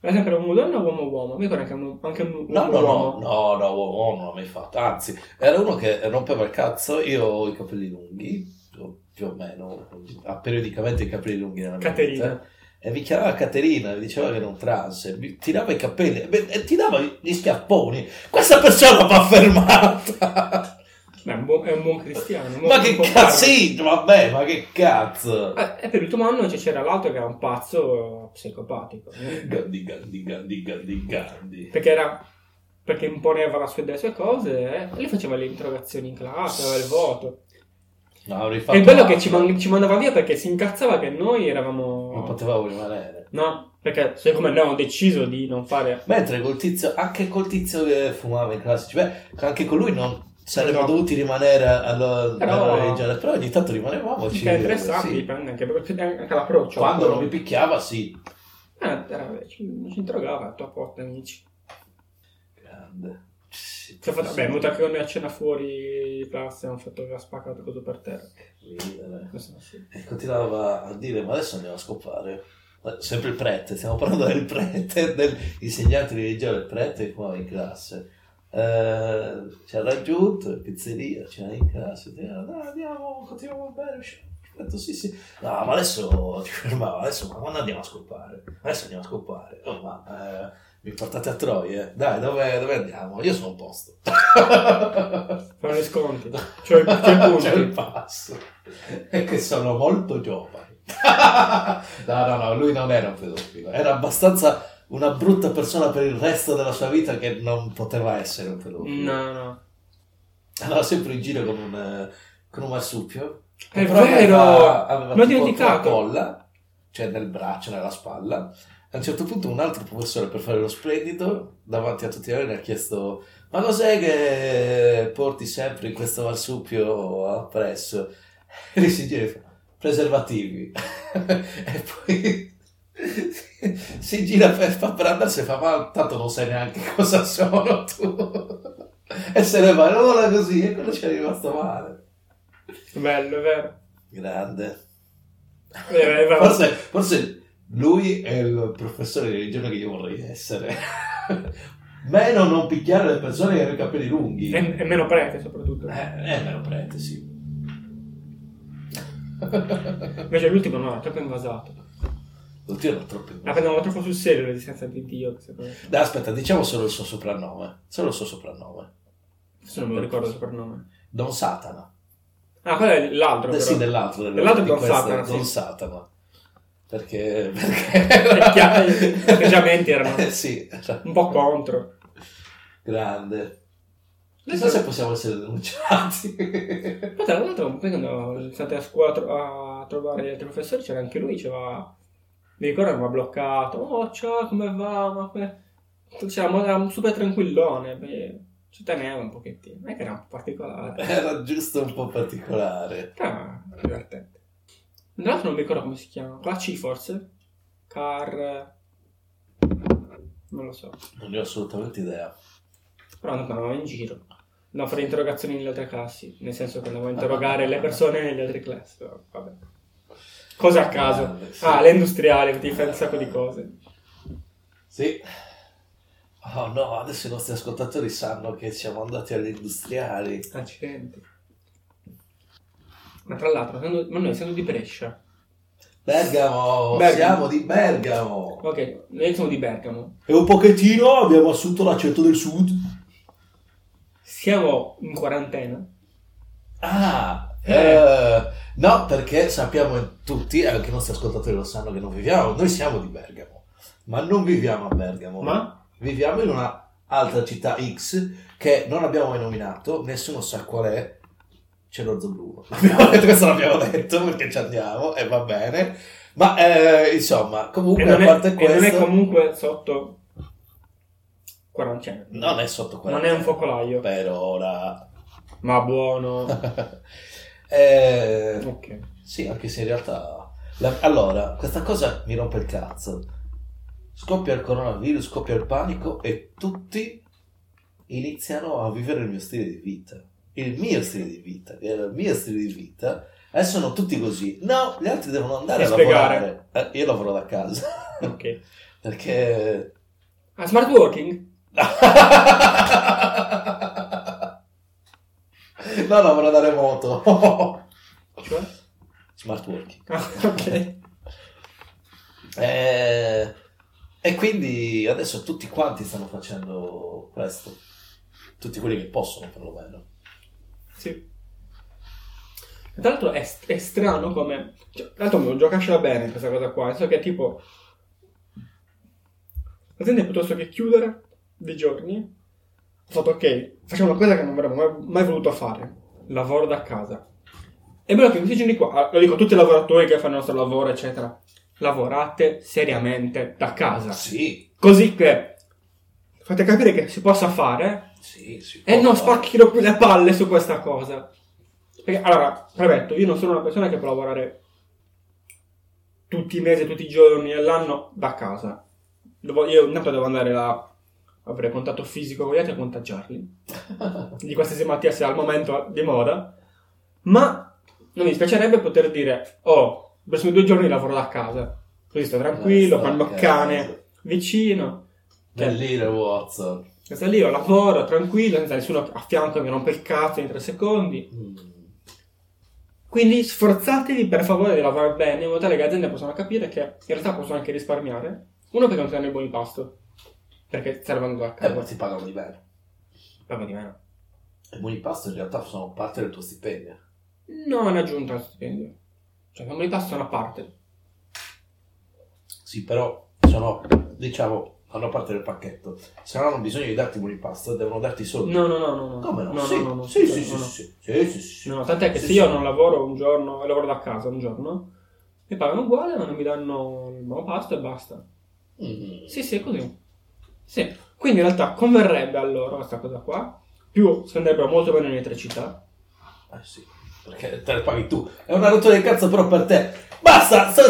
Era sempre uomo donna o uomo uomo? Mi ricordo anche un anche un No, no, no, uomo. no, no, uomo, uomo non l'ha mai fatto. Anzi, era uno che rompeva il cazzo. Io ho i capelli lunghi, o più o meno, ha periodicamente i capelli lunghi nella mia Caterina. vita. E mi chiamava Caterina, mi diceva che era un trans, e mi tirava i capelli, e- e ti dava gli schiapponi. Questa persona va fermata! Beh, è, un buon, è un buon cristiano. un buon- ma che un buon cazzino, vabbè, ma che cazzo! padre. Eh, E per l'ultimo anno c- c'era l'altro che era un pazzo psicopatico. eh. Gandhi, Gandhi, Gandhi, Gandhi, Gandhi. Perché era perché imponeva la sua, le sue cose eh. e lui faceva le interrogazioni in classe, aveva il voto. No, avrei fatto E il bello è altro. che ci, man- ci mandava via perché si incazzava che noi Non eravamo... potevamo rimanere. No, perché siccome noi abbiamo deciso di non fare... Mentre col tizio, anche col tizio che fumava in classe, cioè, anche con lui non saremmo No. dovuti rimanere alla Però- alla regione, però ogni tanto rimanevamo. ci- Che è interessante, sì. dipende anche, anche l'approccio. Quando non mi picchiava, sì. Eh, era- ci, ci interrogava, tu a porta amici. Grande. Sì, Ci ho fatto, beh, è venuto anche con me a cena fuori di classe, hanno fatto che ha spaccato così per terra. Ridere. Questo non si- E Eh, continuava a dire, ma adesso andiamo a scopare. Eh, Sempre il prete, stiamo parlando del prete, dell'insegnante di religione, il prete che fumava in classe. Eh, ci ha raggiunto, in pizzeria, c'era in classe, diceva, dai andiamo, continuiamo a bere, usciamo." Ho detto, sì sì, no ma adesso ti fermavo, adesso ma quando andiamo a scopare? Adesso andiamo a scopare, oh ma eh, mi portate a Troie? Dai dove, dove andiamo? Io sono a posto. Fanno gli sconti. Cioè, c'è il punto. C'è il passo. È che sono molto giovane. no, no, no, lui non era un pedofilo. Era abbastanza una brutta persona per il resto della sua vita che non poteva essere un pedofilo. No, no. Andava sempre in giro con un, eh, con un marsupio. È Eh, Però vero! Aveva, aveva L'ho tipo dimenticato. la colla, cioè nel braccio, nella spalla. A un certo punto un altro professore per fare lo splendido davanti a tutti noi ne ha chiesto ma cos'è che porti sempre in questo marsupio appresso? E lui si gira e fa, preservativi. e poi si gira per, fa per andarsene e fa ma tanto non sai neanche cosa sono tu. e se ne va, non era così e quello ci è rimasto male. Bello, è vero. Grande. Eh, eh, va- Forse, forse lui è il professore di religione che io vorrei essere. meno non picchiare le persone che hanno i capelli lunghi. E, e meno prete, soprattutto. Eh, eh, meno prete, sì. Invece l'ultimo no, è troppo invasato. Oddio, era troppo La prendevano troppo sul serio l'esistenza di Dio. che secondo me- Dai, aspetta, diciamo solo il suo soprannome. Solo il suo soprannome. Adesso non me lo ricordo il soprannome. Don Satana. Ah, quello è l'altro, Eh, però. sì, dell'altro. del- Dell'altro è di Don questo, Satana, Don sì. Satana. Perché... Perché... chiaro, i atteggiamenti erano- Eh, sì. era- Un po' contro. Grande. Chissà se possiamo essere denunciati. Ma tra l'altro, poi quando state a scuola tro- a trovare gli altri professori, c'era anche lui, diceva... Mi ricordo che mi ha bloccato. Oh, ciao, come va? Ma come... Cioè, ma era super tranquillone. Beh, ci teneva un pochettino. Non è che era un po' particolare. Era giusto un po' particolare. Era Ah, divertente. Tra l'altro non mi ricordo come si chiama. Con la C forse? Car... Non lo so. Non ne ho assolutamente idea. Però andavamo in giro. No, fare interrogazioni nelle altre classi. Nel senso che andavo Ah, a interrogare le persone nelle altre classi. però Vabbè. Cose a caso. Grande, sì. Ah, le industriali, ti fai un sacco di cose. Sì. Oh no, adesso i nostri ascoltatori sanno che siamo andati alle industriali. Accidenti. Ma tra l'altro, essendo- ma noi siamo di Brescia. Bergamo, Bergamo. Oh, siamo di Bergamo. Ok, noi siamo di Bergamo. E un pochettino abbiamo assunto l'accento del sud. Siamo in quarantena. Ah, Eh. eh, no, perché sappiamo tutti, anche i nostri ascoltatori lo sanno che non viviamo, noi siamo di Bergamo, ma non viviamo a Bergamo. Ma? Viviamo in una altra città X che non abbiamo mai nominato, nessuno sa qual è. C'è l'orzo blu. Abbiamo detto, questo l'abbiamo detto perché ci andiamo e va bene. Ma eh, insomma, E comunque non, a è, parte e non è questo, comunque sotto quarantena. non è sotto Non quello. è un focolaio. Per ora. Ma buono. eh, ok. Sì, anche se in realtà... la- Allora, questa cosa mi rompe il cazzo. Scoppia il coronavirus, scoppia il panico e tutti iniziano a vivere il mio stile di vita. Il mio stile di vita, che era il mio stile di vita. Adesso sono tutti così. No, gli altri devono andare E a spiegare. lavorare. Eh, io lavoro da casa. Ok. Perché... Ah, smart working? no, no, vorrei andare moto. Cioè? Smart working. Ah, ok. Eh, e quindi adesso tutti quanti stanno facendo questo. Tutti quelli che possono, perlomeno. Sì. E Tra l'altro è, è strano come... Cioè, tra l'altro giocascela bene questa cosa qua, nel senso che tipo... L'azienda piuttosto che chiudere dei giorni, ha fatto ok, facciamo una cosa che non avremmo mai, mai voluto fare, lavoro da casa. E bello che in questi giorni qua, ah, lo dico a tutti i lavoratori che fanno il nostro lavoro, eccetera, lavorate seriamente da casa. Sì, Così che fate capire che si possa fare sì, sì. e non spacchino più le palle su questa cosa. Perché, allora, premetto, io non sono una persona che può lavorare tutti i mesi, tutti i giorni dell'anno da casa. Devo- io intanto devo andare là a avere contatto fisico con gli altri e contagiarli. Di qualsiasi malattia sia al momento di moda. Ma non mi dispiacerebbe poter dire, oh, i prossimi due giorni lavoro da casa. Così sto tranquillo, con il mio cane vicino. Bellino Watson. Questa lì io lavoro tranquillo, senza nessuno a fianco che mi rompe il cazzo in tre secondi. Mm. Quindi sforzatevi per favore di lavorare bene in modo tale che le aziende possano capire che in realtà possono anche risparmiare. Uno perché non ti danno i buoni pasto, perché servono da Eh, ma casa. ti pagano di meno. Pago di meno. E buoni pasto in realtà sono parte del tuo stipendio. No, è un'aggiunta al stipendio. Cioè, i buoni pasto sono a parte. Sì, però sono, diciamo, fanno parte del pacchetto. Se no hanno bisogno di darti buoni pasto, devono darti i soldi. No, no, no, no. no. Come no? No, sì, no, no, no. sì, sì, No, sì, no. sì, sì, sì, sì, sì. No, tant'è che Sì, se sì. io non lavoro un giorno, lavoro da casa un giorno, mi pagano uguale, ma non mi danno il buon pasto e basta. Mm. Sì, sì, è così. Sì. Quindi in realtà converrebbe a loro questa cosa qua. Più spenderebbero molto bene in elettricità. Eh sì, perché te le paghi tu. È una rottura di cazzo però per te. Basta! so-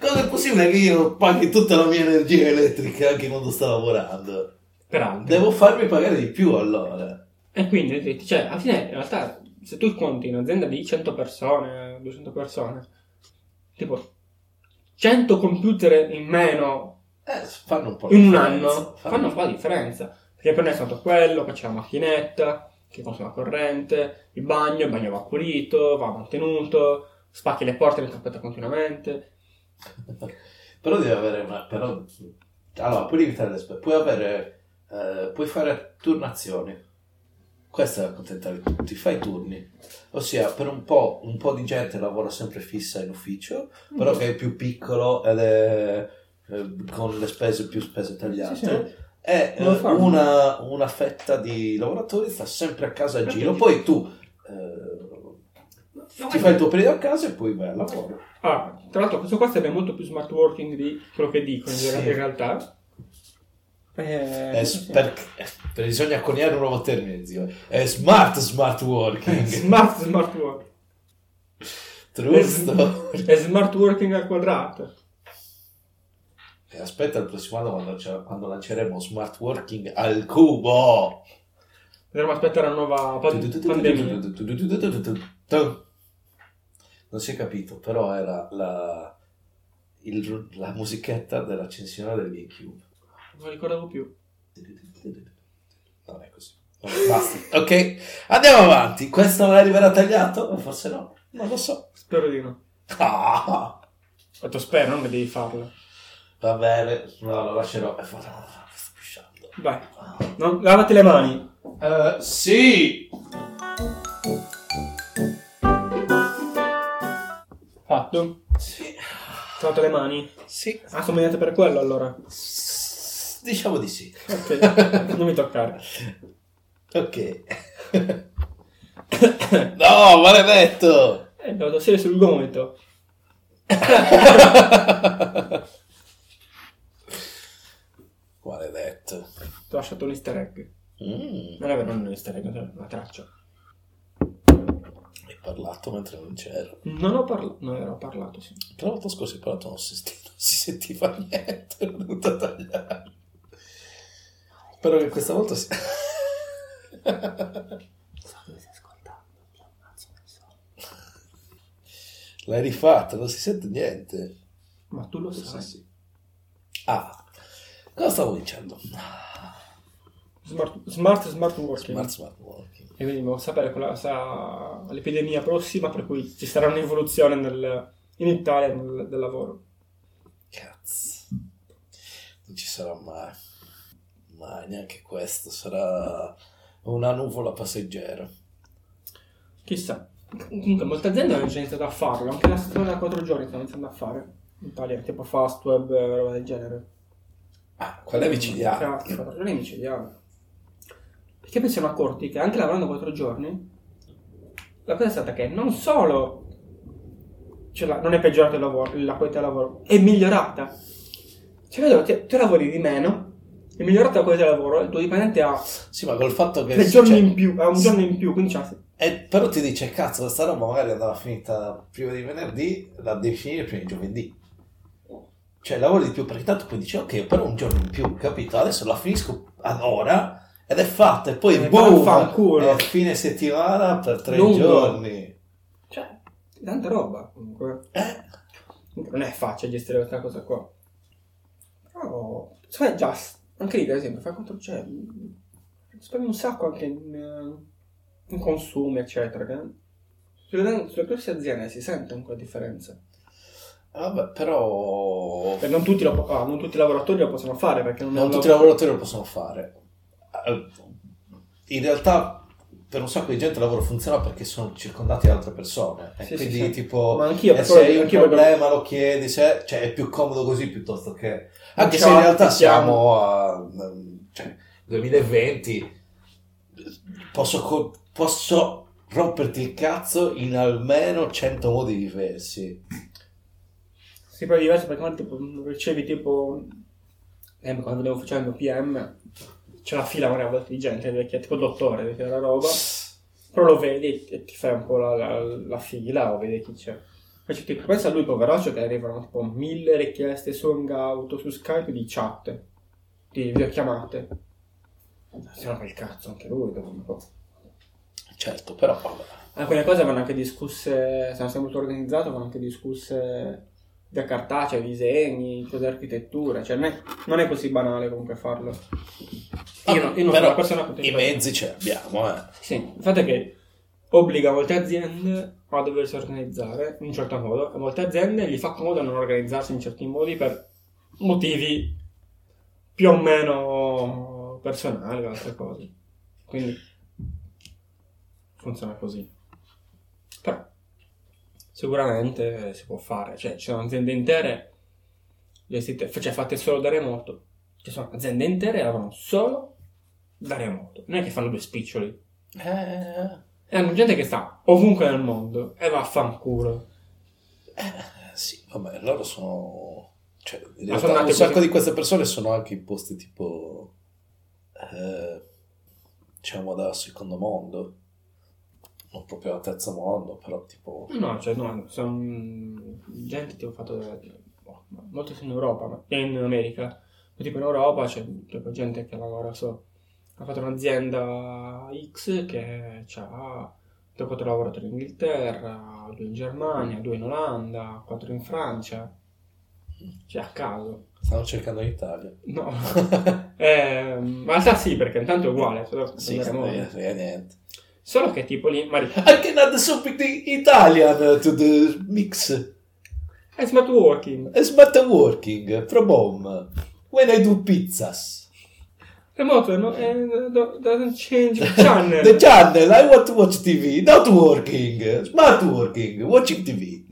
Cosa è possibile che io paghi tutta la mia energia elettrica anche quando sto lavorando? Per altri. Devo farmi pagare di più allora. E quindi, sì, cioè, alla fine, in realtà, se tu conti un'azienda di 100 persone, 200 persone, tipo 100 computer in meno Eh, fanno un po' in di un differenza, anno, fanno un po' di differenza. Perché per noi è stato quello, poi c'è la macchinetta, che consuma corrente, il bagno, il bagno va pulito, va mantenuto, spacchi le porte, le cappetta continuamente. Però devi avere una... Però... Allora, puoi limitare le spese. Puoi avere... eh, puoi fare turnazioni. Questa è accontentare tutti. Fai turni. Ossia, per un po', un po' di gente lavora sempre fissa in ufficio però che è più piccolo ed è eh, con le spese più spese tagliate. Sì, sì. E eh, Non lo fanno. una, una fetta di lavoratori sta sempre a casa a Perché giro. ci- Poi tu eh, No, ti fai il tuo periodo a casa e poi vai al lavoro. Ah, tra l'altro questo qua sarebbe molto più smart working di quello che dicono in Sì. realtà- in realtà. Eh, È s- perché- eh, bisogna coniare un nuovo termine, zio. È smart smart Eh, working. Smart smart working. Giusto? È smart working al quadrato. E Aspetta il prossimo anno quando, c'è- quando lanceremo smart working al cubo. Dovremmo aspettare una nuova pand- pandemia. Non si è capito, però era la, il- la musichetta dell'accensione del GameCube. Non ricordavo più. Non è così. Vabbè, Basta. Ok, andiamo avanti. Questo non arriverà tagliato? Forse no, non lo so. Spero di no. Ah, Ho detto spero, non devi farlo. va bene, no, lo lascerò. Eh, vado- Sto pisciando. Vai. Non- lavati le mani. Eh, sì! Fatto. Sì. Lavato le mani. Sì. Ah, sono venuto per quello allora. S- Diciamo di sì. Ok. non mi toccare. Ok. no, maledetto! Eh, devo tossire sul gomito. maledetto. Ti ho lasciato un easter egg. Mm, Non è vero, non è un easter egg, è una traccia. hai parlato mentre non c'ero. Non ho parlato, non ero parlato, sì. Però la volta scorsa hai parlato, non si, senti- non si sentiva niente. L'ho dovuto tagliare. Spero che questa volta si... So dove stai ascoltando, ti ammazzo, non so. L'hai rifatta, non si sente niente. Ma tu lo sai. Sì, sì. Ah, cosa stavo dicendo? Ah, Smart, smart, smart working. Smart smart working. E quindi dobbiamo sapere quella, sa, l'epidemia prossima, per cui ci sarà un'evoluzione nel- in Italia nel- del lavoro. Cazzo. Non ci sarà mai. Mai neanche questo. Sarà una nuvola passeggera. Chissà. Comunque, molte aziende hanno già iniziato a farlo, anche la settimana da 4 giorni stanno iniziando a fare. In Italia, tipo Fastweb, eh, roba del genere. Ah, quella è micidiale. Cazzo, 4 giorni è micidiale. Perché poi si sono accorti che anche lavorando 4 giorni, la cosa è stata che non solo cioè, la- non è peggiorata il lavoro, la qualità del lavoro, è migliorata. Cioè, vedo, te, te lavori di meno, è migliorata la qualità del lavoro, il tuo dipendente ha Sì, ma col fatto che... 3 giorni cioè, in più, ha un sì. giorno in più, quindi c'ha eh, però ti dice, cazzo, questa roba magari andava finita prima di venerdì, la devi finire prima di giovedì. Cioè, lavori di più perché tanto poi dici, ok, però un giorno in più, capito? Adesso la finisco ad ora ed è fatta. E poi, Eh, boom, Eh. vaffanculo. è fine settimana per tre Lungo. giorni. Cioè, tanta roba comunque. Eh, Non è facile gestire questa cosa qua. Però, sai già, s- anche lì per esempio, fai contro cioè, risparmi un sacco anche in, eh, in consumi, eccetera. che Sulle, sulle grosse aziende si sente un po' la differenza. vabbè, però... E non tutti, lo po- ah, non tutti i lavoratori lo possono fare perché non, è Non un tutti i lavoro- lavoratori lo possono fare. Eh, In realtà per un sacco di gente il lavoro funziona perché sono circondati da altre persone. E Sì, sì, quindi sì. tipo Ma anch'io, e per Eh, se quello- hai un anch'io per- problema lo chiedi, se- cioè è più comodo così piuttosto che... Anche ci se in realtà aspettiamo. siamo a... ehm, cioè 2020, posso, co- posso romperti il cazzo in almeno 100 modi diversi. Sì, poi è diverso perché quando tipo, ricevi tipo... eh, ma quando devo fare il mio PM c'è una fila magari a volte di gente perché è tipo dottore, perché è la roba. Però lo vedi e ti fai un po' la, la- la fila o vedi chi c'è. Invece tipo, pensa a lui poveraccio che arrivano tipo mille richieste su Hangout, su Skype di chat, di videochiamate. Se no quel cazzo anche lui dopo un po'. Certo, però... vabbè. Alcune Ah, cose vanno anche discusse, se non sei molto organizzato, vanno anche discusse da cartacea, disegni, cose di architettura, cioè non è, non è così banale comunque farlo. Io, no- io Ah, non sono Però una persona I mezzi ce li abbiamo, eh. Sì, il fatto è che obbliga molte aziende a doversi organizzare in un certo modo, e molte aziende gli fa comodo non organizzarsi in certi modi per motivi più o meno personali o altre cose. Quindi funziona così. Però sicuramente si può fare, cioè ci sono aziende intere gestite, cioè fatte solo da remoto, ci sono aziende intere che lavorano solo da remoto, non è che fanno due spiccioli. Eh, E hanno gente che sta ovunque nel mondo e vaffanculo. Eh, sì, vabbè, loro sono... Cioè, in realtà Ma sono un nate sacco così. di queste persone sono anche in posti tipo... eh, diciamo da secondo mondo. Non proprio da terzo mondo, però tipo... No, cioè, no, sono gente tipo fatto da- boh, molto in Europa, ma in America. Ma tipo in Europa c'è tipo gente che lavora so. Ha fatto un'azienda X che ha tipo quattro lavoratori in Inghilterra, due in Germania, due in Olanda, quattro in Francia. Cioè, a caso. Stanno cercando in Italia. No. Eh, ma in realtà sì, perché intanto è uguale. Solo, sì, solo- non gliene frega niente. solo che tipo lì, magari I can add something Italian to the mix. È Eh, smart working. It's better working from home. When I do pizzas. Remoto no, eh, do- doesn't change channel. The channel, I want to watch TV, not working, smart working, watching TV.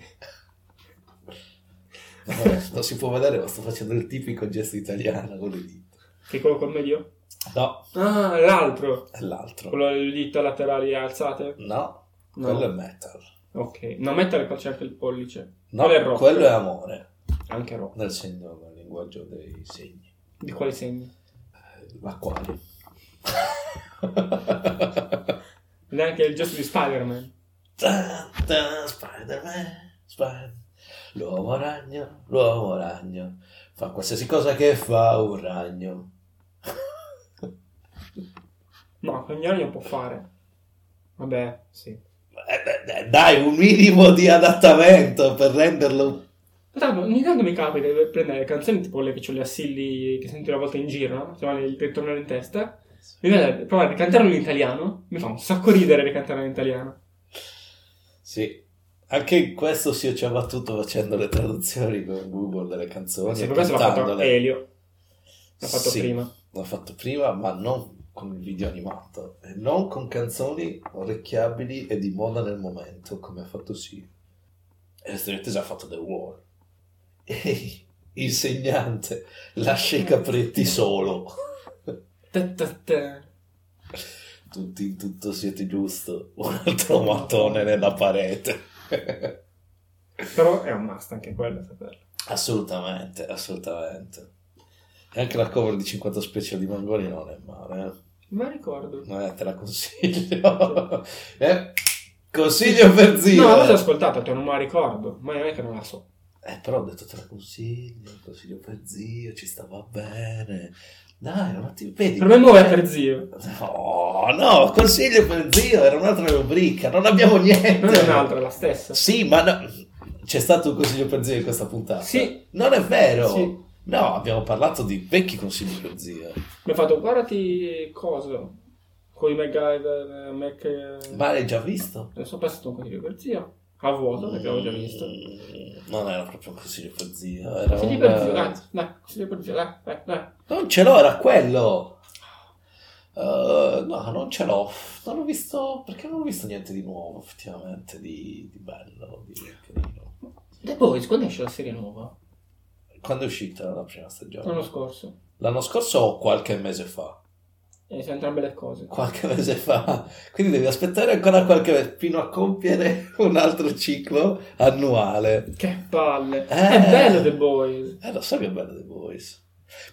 Vabbè, Eh, non si può vedere, ma sto facendo il tipico gesto italiano con le dita. che è quello col medio? No, Ah, l'altro. è l'altro. Quello delle dita laterali alzate. No, No. quello è metal. Ok. No, mettere qua c'è anche il pollice. No, Quello è rock. quello è amore, Anche rock. nel segno, nel linguaggio dei segni. Di quali segni? Eh, L'acquario. Ed è anche il gesto di Spider-Man. Ta- ta- Spider-Man, Spider- L'uomo ragno, l'uomo ragno, fa qualsiasi cosa che fa un ragno. No, ogni anno può fare. Vabbè, sì. Eh, beh, dai, un minimo di adattamento per renderlo Tanto, ogni tanto mi capita di prendere canzoni tipo le picciole assilli che sento una volta in giro, no? Cioè, Insomma, il ritornello in testa. Mi viene a provare a cantarlo in italiano. Mi fa un sacco ridere ricantarlo in italiano. Sì. Anche in questo si ci ha battuto facendo le traduzioni con Google delle canzoni. Sì, e per questo l'ha fatto cantandole. Elio. L'ha fatto Sì, prima. L'ha fatto prima, ma non con il video animato. E non con canzoni orecchiabili e di moda nel momento, come ha fatto sì. E Street ha fatto The Wall. E insegnante, lascia i capretti solo. Ta ta ta. Tutti in tutto siete giusto. Un altro mattone nella parete. Però è un must anche quello, saperlo. Assolutamente, assolutamente. E anche la cover di 50 special di Mangoni non è male, Ma ricordo. eh. Eh, te la consiglio. Eh, consiglio per zio. No, l'ho già ascoltata, te non me la ricordo, ma non è che non la so. Eh, però ho detto te la consiglio, consiglio per zio, ci stava bene. Dai, un attimo, vedi. Per me nuova è eh, per zio. No, no, consiglio per zio, era un'altra rubrica, non abbiamo niente. Non è un'altra, è la stessa. Sì, ma no- c'è stato un consiglio per zio in questa puntata. Sì. Non è vero. Sì. No, abbiamo parlato di vecchi consigli per zio. Mi ha fatto guardati cosa con i MacGyver, eh, Mac. eh, Ma l'hai già visto? Adesso ho passato un consiglio per zio. A vuoto, perché l'avevo già visto. Mm, Non era proprio un consiglio per zio. Era un- Consiglio eh, per zio, dai, dai, consiglio per zio, dai, dai, dai. Non ce l'ho, era quello. Eh, no, non ce l'ho. Non ho visto. Perché non ho visto niente di nuovo, effettivamente, di, di bello, di carino. The Boys, quando esce la serie nuova? Quando è uscita la prima stagione? L'anno scorso. L'anno scorso o qualche mese fa? E sono entrambe le cose. qualche mese fa. Quindi devi aspettare ancora qualche mese fino a compiere un altro ciclo annuale. Che palle. Eh. È bello The Boys. Eh, lo so che è bello The Voice.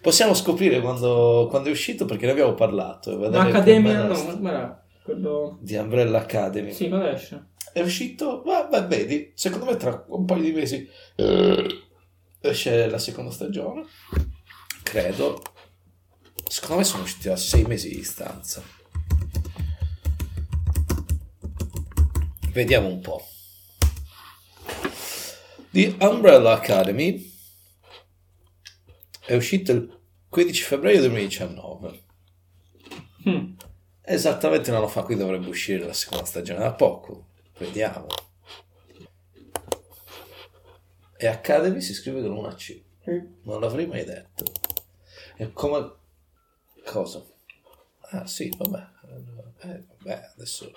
Possiamo scoprire quando, quando è uscito perché ne abbiamo parlato. e vedere L'Accademia, com'era no, st- ma era quello... Di Umbrella Academy. Sì, quando esce? È uscito, ma, ma vedi, secondo me tra un paio di mesi eh, esce la seconda stagione. Credo. Secondo me sono usciti a sei mesi di distanza. Vediamo un po'. Di Umbrella Academy è uscito il 15 febbraio 2019. Hm. Esattamente un anno fa qui dovrebbe uscire la seconda stagione da poco. Vediamo. E Academy si scrive con una C. Non l'avrei mai detto. È come... Cosa? Ah sì, vabbè. Eh, vabbè, adesso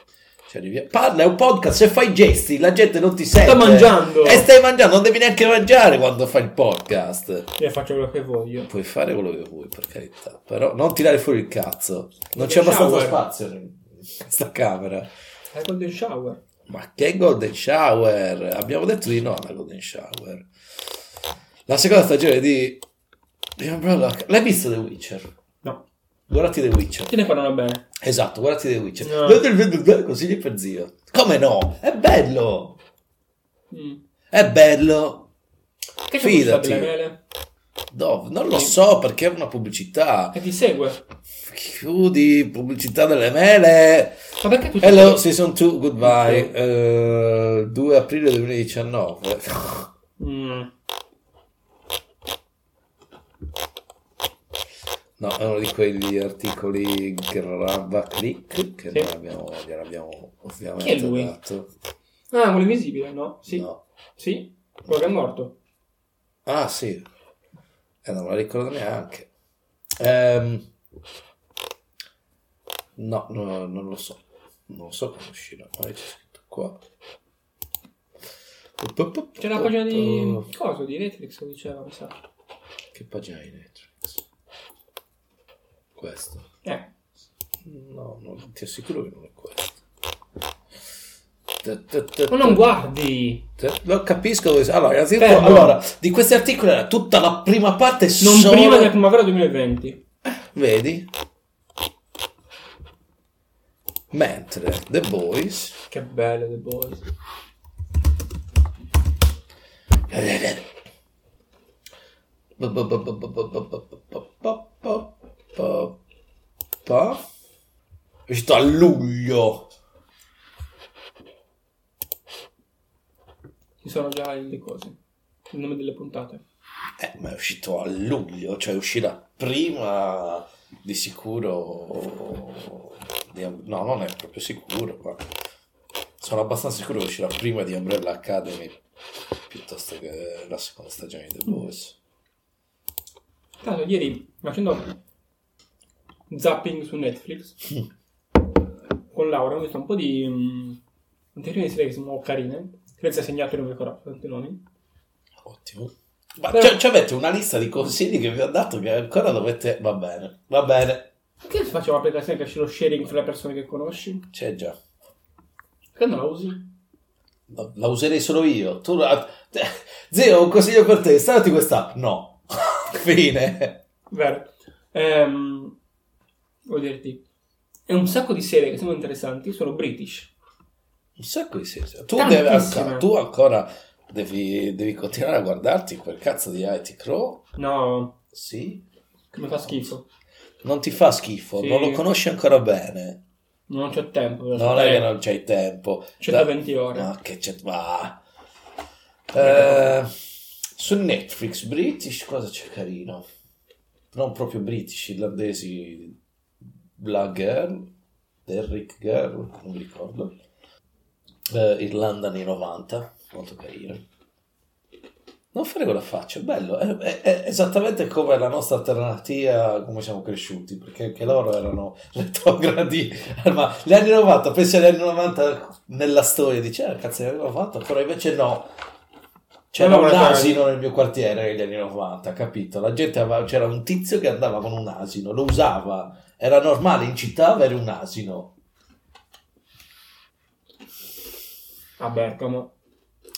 ci arriviamo. Parla, è un podcast, se fai gesti la gente non ti sente. Sto mangiando! E stai mangiando, non devi neanche mangiare quando fai il podcast. Io faccio quello che voglio. Puoi fare quello che vuoi, per carità. Però non tirare fuori il cazzo. Non c'è abbastanza Shower. spazio in questa camera. È Golden Shower. Ma che golden shower! Abbiamo detto di no alla golden shower. La seconda stagione di... di Umbrella Academy. L'hai visto The Witcher? No. Guardati The Witcher. Te ne parlano bene. Esatto, guardati The Witcher. No. Guarda il video del Consigli per zio. Come no? È bello! Mm. È bello! Che c'è Fidati. questa delle mele? No, non lo so perché è una pubblicità. Che ti segue. Chiudi, pubblicità delle mele! Ma perché tu Hello, season 2, goodbye. Eh, 2 aprile 2019. Mm. No, è uno di quegli articoli grabba click che Sì. non abbiamo, gliel'abbiamo ovviamente Chi è lui? dato. Ah, quello invisibile, no? Sì. No. Sì. Quello che è morto. Ah, sì. Eh, non me la ricordo neanche. Ehm, no, no, non lo so. Non lo so come uscirà. Ma c'è scritto qua. C'è una pagina di... Cosa? Di Netflix, diceva, mi sa. Che pagina di Netflix? Questo. Eh. No, non- ti assicuro che non è questo. Ma non guardi. Lo capisco. dove- Allora, innanzitutto, Fermo. allora, di questi articoli era tutta la prima parte Non solo... prima della primavera 2020. Vedi? Mentre The Boys... Che bello The Boys. È uscito a luglio. Ci sono già le cose. il nome delle puntate. Eh, ma è uscito a luglio, cioè uscirà prima di sicuro. di- no, non è proprio sicuro, ma sono abbastanza sicuro che uscirà prima di Umbrella Academy piuttosto che la seconda stagione di The Boys. Tanto ieri facendo zapping su Netflix con Laura ho visto un po' di um, di serie che sono carine. Senza segnato non mi ricordo tanti nomi. Ottimo. Ma Però- c'è- ci avete una lista di consigli che vi ho dato che ancora dovete. Va bene, va bene, Perché facciamo un'applicazione che c'è lo sharing fra le persone che conosci? c'è già. Perché non la usi? La, la userei solo io. Tu la- Zio, ho un consiglio per te, installati quest'app. No. Fine. Vero. Ehm, voglio dirti, è un sacco di serie che sono interessanti, sono british. Un sacco di senso. Tu, Tantissime. devi anca- tu ancora devi, devi continuare a guardarti quel cazzo di IT Crow. No, Sì. mi fa schifo. Non ti fa schifo, Sì. non lo conosci ancora bene. Non Cioè, c'ho tempo. per Non è aspettare che non c'hai tempo. 120 ore. Ma Ah, che c'è... Ma... Eh, su Netflix British cosa c'è carino? Non proprio British, irlandesi La Girl, Derrick Girl, non mi ricordo. Eh, Irlanda nei 90, molto carino. Non fare quella faccia, è bello, è, è- è esattamente come la nostra alternativa, come siamo cresciuti, perché anche loro erano retrogradi, ma gli anni 90, pensi agli anni 90 nella storia, dici, ah cazzo, gli anni 90, però invece no, c'era No, no, un ma- asino nel mio quartiere negli anni 90, capito? La gente aveva, c'era un tizio che andava con un asino, lo usava, era normale, in città avere un asino. A Bergamo.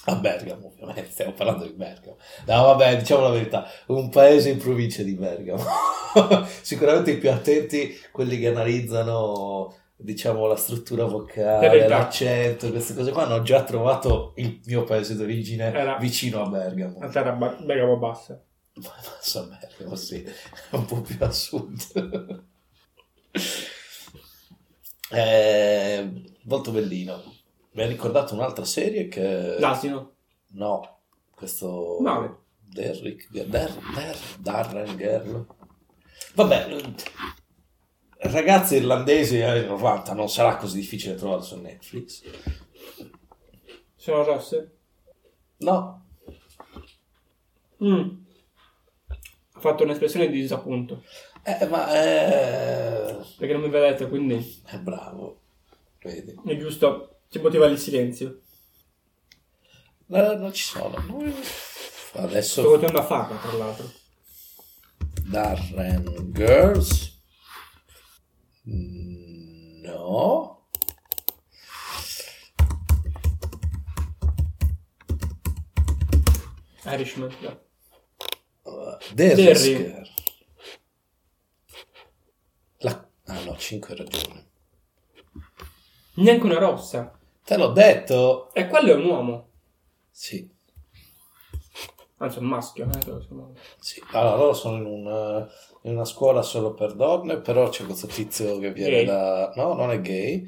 A Bergamo, ovviamente, stiamo parlando di Bergamo. No, vabbè, diciamo la verità, un paese in provincia di Bergamo. Sicuramente i più attenti, quelli che analizzano, diciamo, la struttura La vocale, verità. l'accento, queste cose qua, hanno già trovato il mio paese d'origine Era- vicino a Bergamo. A terra Ba- Bergamo bassa. Ma so Bergamo, sì, è un po' più a sud. Eh, molto bellino. Mi ha ricordato un'altra serie che... L'asino. No, questo Vale. Derrick Der, Der, Darren Girl. Vabbè, ragazzi irlandesi anni 90 non sarà così difficile trovarlo su Netflix. Sono rosse. No, Mm. Ha fatto un'espressione di disappunto. eh, ma è... Perché non mi vedete, quindi è bravo. Vedi. è giusto. Si poteva il silenzio. No, non ci sono. Sto Adesso continuando a farla, tra l'altro. Darren Girls. Mm, No. Irishman. dai. Derry. Uh, Derrick. La... Ah no, 5 ragione. Neanche una rossa. Te l'ho detto. E quello è un uomo. Sì, Anzi, un maschio. eh, quello sono uomo. sì. Allora, loro sono in, un, eh, in una scuola solo per donne, però c'è questo tizio che viene Gay. da... No, non è gay,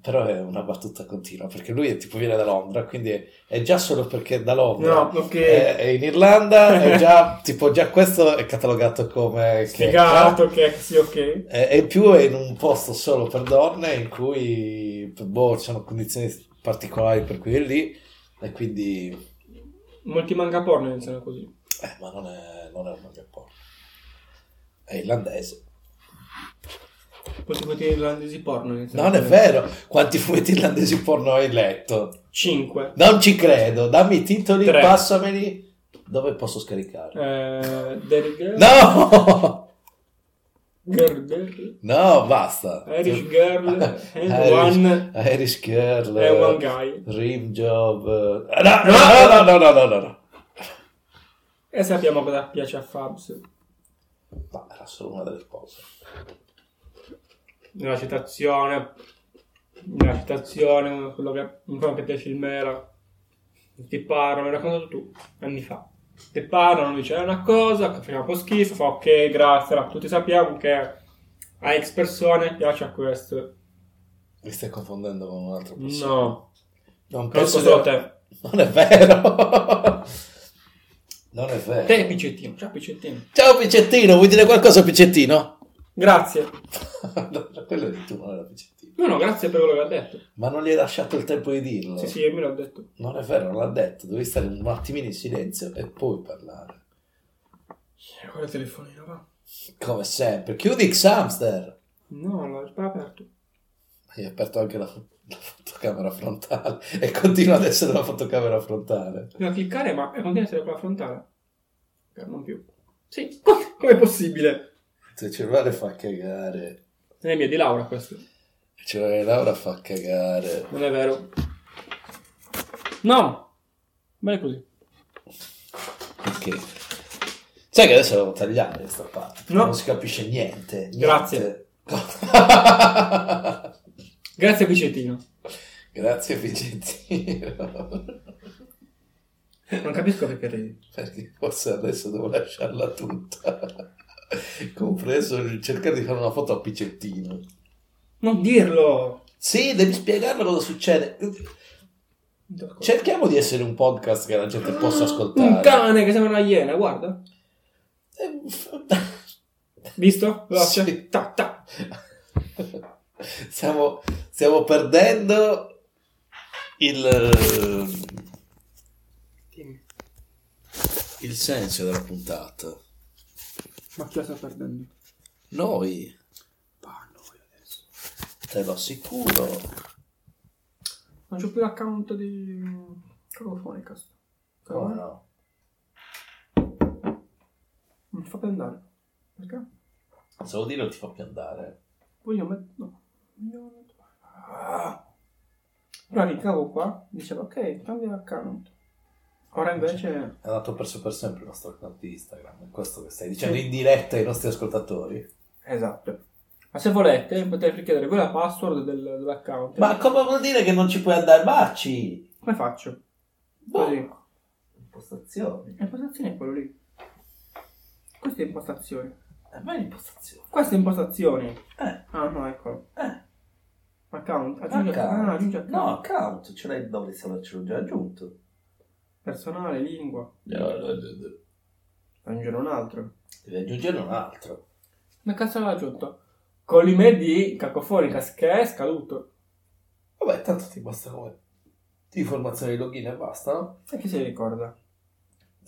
però è una battuta continua, perché lui è tipo viene da Londra, quindi è, è già solo perché è da Londra. No, ok. È, è in Irlanda, è già, tipo, già questo è catalogato come... che- Spiegato che sì, ok. E e in più è in un posto solo per donne in cui boh, ci sono condizioni particolari per cui è lì e quindi Molti manga porno iniziano così. eh, ma non è, non è un manga porno. È irlandese. Molti quanti irlandesi porno iniziano Non è vero. Quanti fumetti irlandesi porno hai letto? 5. Non ci credo. Dammi i titoli, Tre. passameli. Dove posso scaricare? Eh, Derry Girl. No! Girl, girl. No, basta. Irish Esatto. Girl. and Irish- One. Irish Girl. E One Guy. Rim job. eh, No, no, no, no, no, no, no, no. E sappiamo cosa piace a Fabs. Ma era solo una delle cose. Nella citazione. Nella citazione, quello che un po' che piace il mera. Ti parlano, mi hai raccontato tu anni fa. Ti parlano, dice "È una cosa, che fa un po' schifo, fa ok, grazie, allora, tutti sappiamo che a X persone piace a questo. Mi stai confondendo con un altro personaggio. No, Non conosco penso solo che- te. Non è vero. Non è vero. Te Piccettino, ciao Piccettino. Ciao Piccettino, vuoi dire qualcosa Piccettino? Grazie. Quello di tu, non era Piccettino. No, no, grazie per quello che ha detto. Ma non gli hai lasciato il tempo di dirlo. Sì, sì, io me l'ho detto. Non è vero, non l'ha detto. Devi stare un attimino in silenzio e poi parlare. Guarda il telefonino, va. Come sempre. Chiudi Xamster. No, l'ho appena aperto. Hai aperto anche la, la fotocamera frontale e continua ad essere la fotocamera frontale. Devo cliccare, ma eh, continua a essere quella frontale. Eh, Non più. Sì, come com'è possibile? Il tuo cervello fa cagare. Non è mia, di Laura questo. Il cervello di Cioè, Laura fa cagare. Non è vero. No! Bene così. Perché? Sai che adesso devo tagliare questa parte. No. Non si capisce niente. niente. Grazie. Grazie Piccettino. Grazie Vicentino. Non capisco perché ridi. Perché forse adesso devo lasciarla tutta. Compreso il cercare di fare una foto a Picettino. Non dirlo! Sì, devi spiegarlo cosa succede. Cioè, Cerchiamo di essere un podcast che la gente Ah! possa ascoltare. Un cane che sembra una iena, guarda. Eh, f- Visto? Veloce. Sì. Ta, ta. Stiamo, stiamo perdendo il, il senso della puntata. Ma chi la sta perdendo? Noi, Ah, no, io adesso. te lo assicuro, Non c'ho più l'account di Colofonicast. Come no? Mi fa prendere. Perché? Solo dirlo ti fa piantare. Voglio mettere... No. Voglio mettere... Ah. Allora cliccavo qua, diceva ok, cambia l'account. Ora invece... È andato perso per sempre il nostro account di Instagram. È questo che stai dicendo in diretta ai nostri ascoltatori. Esatto. Ma se volete potete richiedere voi la password del- dell'account. Ma come vuol dire che non ci puoi andare? Marci! Come faccio? Boh. Così. Impostazioni. Impostazione è quello lì. Questa è impostazione. Eh, ma è l'impostazione. Questa è impostazione. Eh, Ah no, eccolo. eh. Account. Aggiungi account. Ah, aggiungi account. No, account. Ce l'hai dove se l'ho già aggiunto. Personale, lingua. Eh, Aggiungere un altro. Devi aggiungere un altro. Ma cazzo l'ha aggiunto? Colime di Cacofonica, che è scaduto. Vabbè, tanto ti basta come informazioni di login e basta, no? E chi si ricorda?